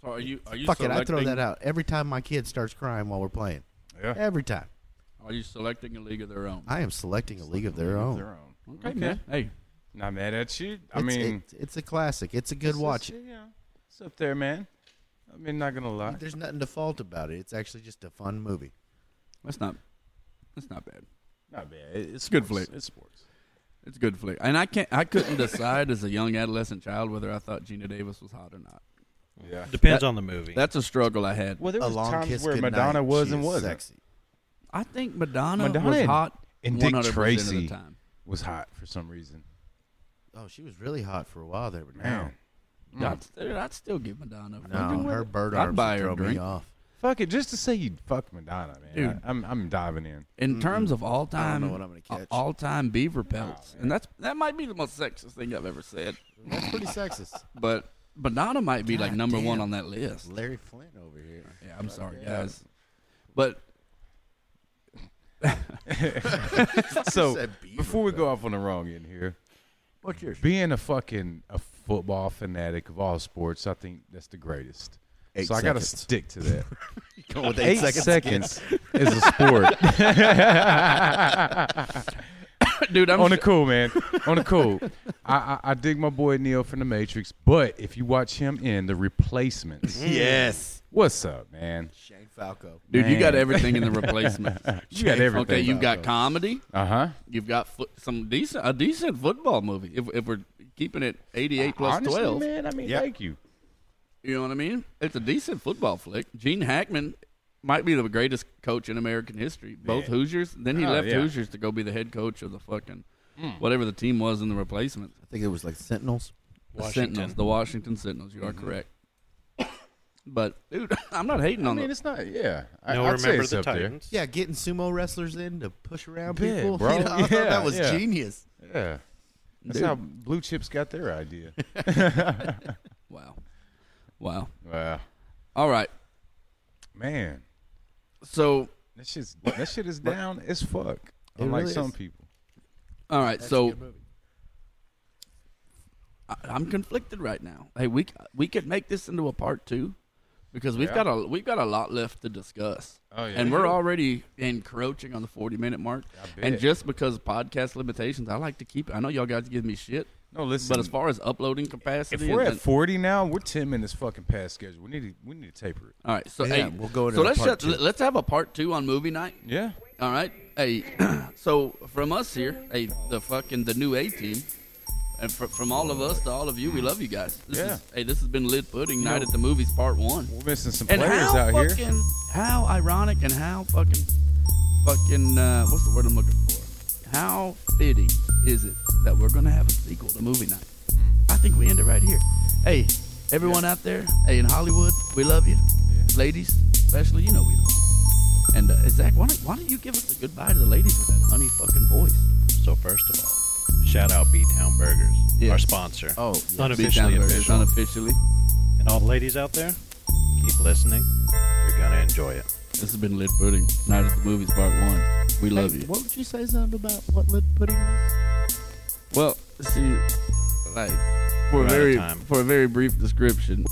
A: So are you are you
B: Fuck it, I throw that out every time my kid starts crying while we're playing.
C: Yeah.
B: Every time,
A: Are you selecting a league of their own?
B: I am selecting a league of their
C: Their
B: own.
C: own.
A: Okay, man. Hey,
C: Not mad at you. I
B: It's-
C: mean,
B: it's, it's a classic. It's a good
C: it's-
B: watch.
C: it's- Yeah, it's up there, man. I mean, not gonna lie.
B: There's nothing to fault about it. It's actually just a fun movie.
A: that's not that's not bad.
C: Not bad. It- It's
A: Good
C: sports.
A: flick.
C: It's sports.
A: It's a good flick, and I can't I
B: [laughs]
A: couldn't decide as a young adolescent child whether I thought Gina Davis was hot or not.
C: Yeah.
D: Depends on the movie.
A: That's a struggle I had.
C: Well, there
B: a
C: was
B: long
C: times
B: kiss
C: where
B: Goodnight,
C: Madonna was
B: she
C: and
B: is
C: wasn't.
B: sexy.
A: I think Madonna,
C: Madonna
A: was
C: and-
A: hot
C: and Dick
A: 100% of
C: Tracy.
A: the time.
C: Was hot for some reason.
B: Oh, she was really hot for a while there, but now.
C: Man,
A: I'd, st- I'd still give Madonna. a fucking
B: Mm. No, her
A: win.
B: bird
A: I'd
B: arms
A: buy
B: would
A: her a
B: throw me
A: drink.
B: off.
C: fuck it. Just to say you fuck Madonna, man.
A: Dude.
C: I, am I'm diving
B: [laughs]
C: in.
A: In terms of all
B: I don't
A: time,
B: know what I'm gonna catch. Oh,
A: all time beaver pelts, and that's that might be the most sexist thing I've ever said.
B: That's [laughs] pretty sexist.
A: But Madonna might be like
B: God
A: number one
B: damn.
A: on that list.
B: Larry Flint over here.
A: Yeah, I'm sorry, guys, but [laughs]
C: So
B: said Beaver
C: before we go off on the wrong end here,
A: what's yours?
C: being a fucking a football fanatic of all sports, I think that's the greatest.
B: Eight
C: so I gotta
B: seconds.
C: stick to that.
B: Go [laughs] with
C: eight, seconds [laughs] is a sport.
B: [laughs]
A: Dude, I'm
C: on the
A: sh-
C: cool, man. On the cool. I, I, I dig my boy Neil from the Matrix, but if you watch him in the replacements,
B: Yes.
C: what's up, man?
B: Shane Falco.
A: dude. You got
C: Man.
A: everything
C: [laughs]
A: in the replacements.
C: You got everything.
A: Okay, you've got comedy.
C: Uh huh.
A: You've got fo- some decent a decent football movie. If if we're keeping it 88 plus
C: Honestly,
A: 12,
C: man. I mean,
B: Yep.
C: thank you.
A: You know what I mean? It's a decent football flick. Gene Hackman might be the greatest coach in American history. Both Hoosiers. Then he
C: Oh,
A: left
C: yeah. Hmm.
A: Hoosiers to go be the head coach of the fucking whatever the team was in the replacement.
B: I think it was like Sentinels.
A: The
D: Washington.
A: Sentinels, the Washington Sentinels. You are
C: Mm-hmm.
A: correct. But [coughs] dude, I'm not hating
C: I
A: on
C: mean,
A: it.
C: it's not. Yeah, I,
D: no,
C: I'd say
D: remember
C: it's
D: the
C: up
D: Titans.
B: Yeah, getting sumo wrestlers in to push around
C: Yeah,
B: people. [laughs]
C: bro.
B: You know, I thought
C: Yeah,
B: that was
C: yeah.
B: genius.
C: there. Yeah, that's
A: Dude.
C: how blue chips got their
A: [laughs]
C: idea.
A: Wow, wow.
C: wow,
A: All right,
C: man,
A: so
C: that shit's that shit is down as fuck. Unlike
B: really
C: some
B: is.
C: people.
A: all right, so I, I'm conflicted right now. Hey, we c- we could make this into a part two because we've
C: Yeah.
A: got a we've got a lot left to discuss.
C: Oh, yeah.
A: and we're already encroaching on the 40 minute mark.
C: I
A: And
C: bet.
A: just because podcast limitations, I like to keep. I know y'all guys give me shit,
C: No, listen.
A: but as far as uploading
C: if
A: capacity,
C: we're
A: and-
C: at forty now, we're ten minutes fucking past schedule. We need to we need to taper it.
A: all right, so
B: Yeah,
A: hey,
B: we'll go into
A: so
B: a
A: let's
B: part
A: shut-
B: two.
A: let's have a part two on movie night.
C: Yeah.
A: All right. Hey, [clears throat] so from us here, hey, the fucking the new A team, and fr- from all of us to all of you, we love you guys. This
C: Yeah.
A: Is, hey, this has been Lid Pudding Night at the Movies Part One.
C: We're missing some
A: And
C: players
A: how
C: out
A: fucking
C: here.
A: how ironic and how fucking fucking uh, what's the word I'm looking for? How fitting is it that we're gonna have a sequel to Movie Night? I think we end it right here. Hey, everyone out there, hey in Hollywood, we love you, ladies, especially you know we love. You. And uh, Zach, why don't, why don't you give us a goodbye to the ladies with that honey fucking voice?
D: So first of all, shout out B Town Burgers,
A: Yeah.
D: our sponsor.
B: Oh, yeah.
D: unofficially
A: Beatdown Burgers,
D: official.
A: unofficially.
D: and all the ladies out there, keep listening. You're gonna enjoy it.
A: This has been Lit Pudding Night at the Movies Part One. We love you.
B: What would you say something about what lid pudding is?
A: Well, see, like for a
D: We're out of
A: very
D: time.
A: for a very brief description,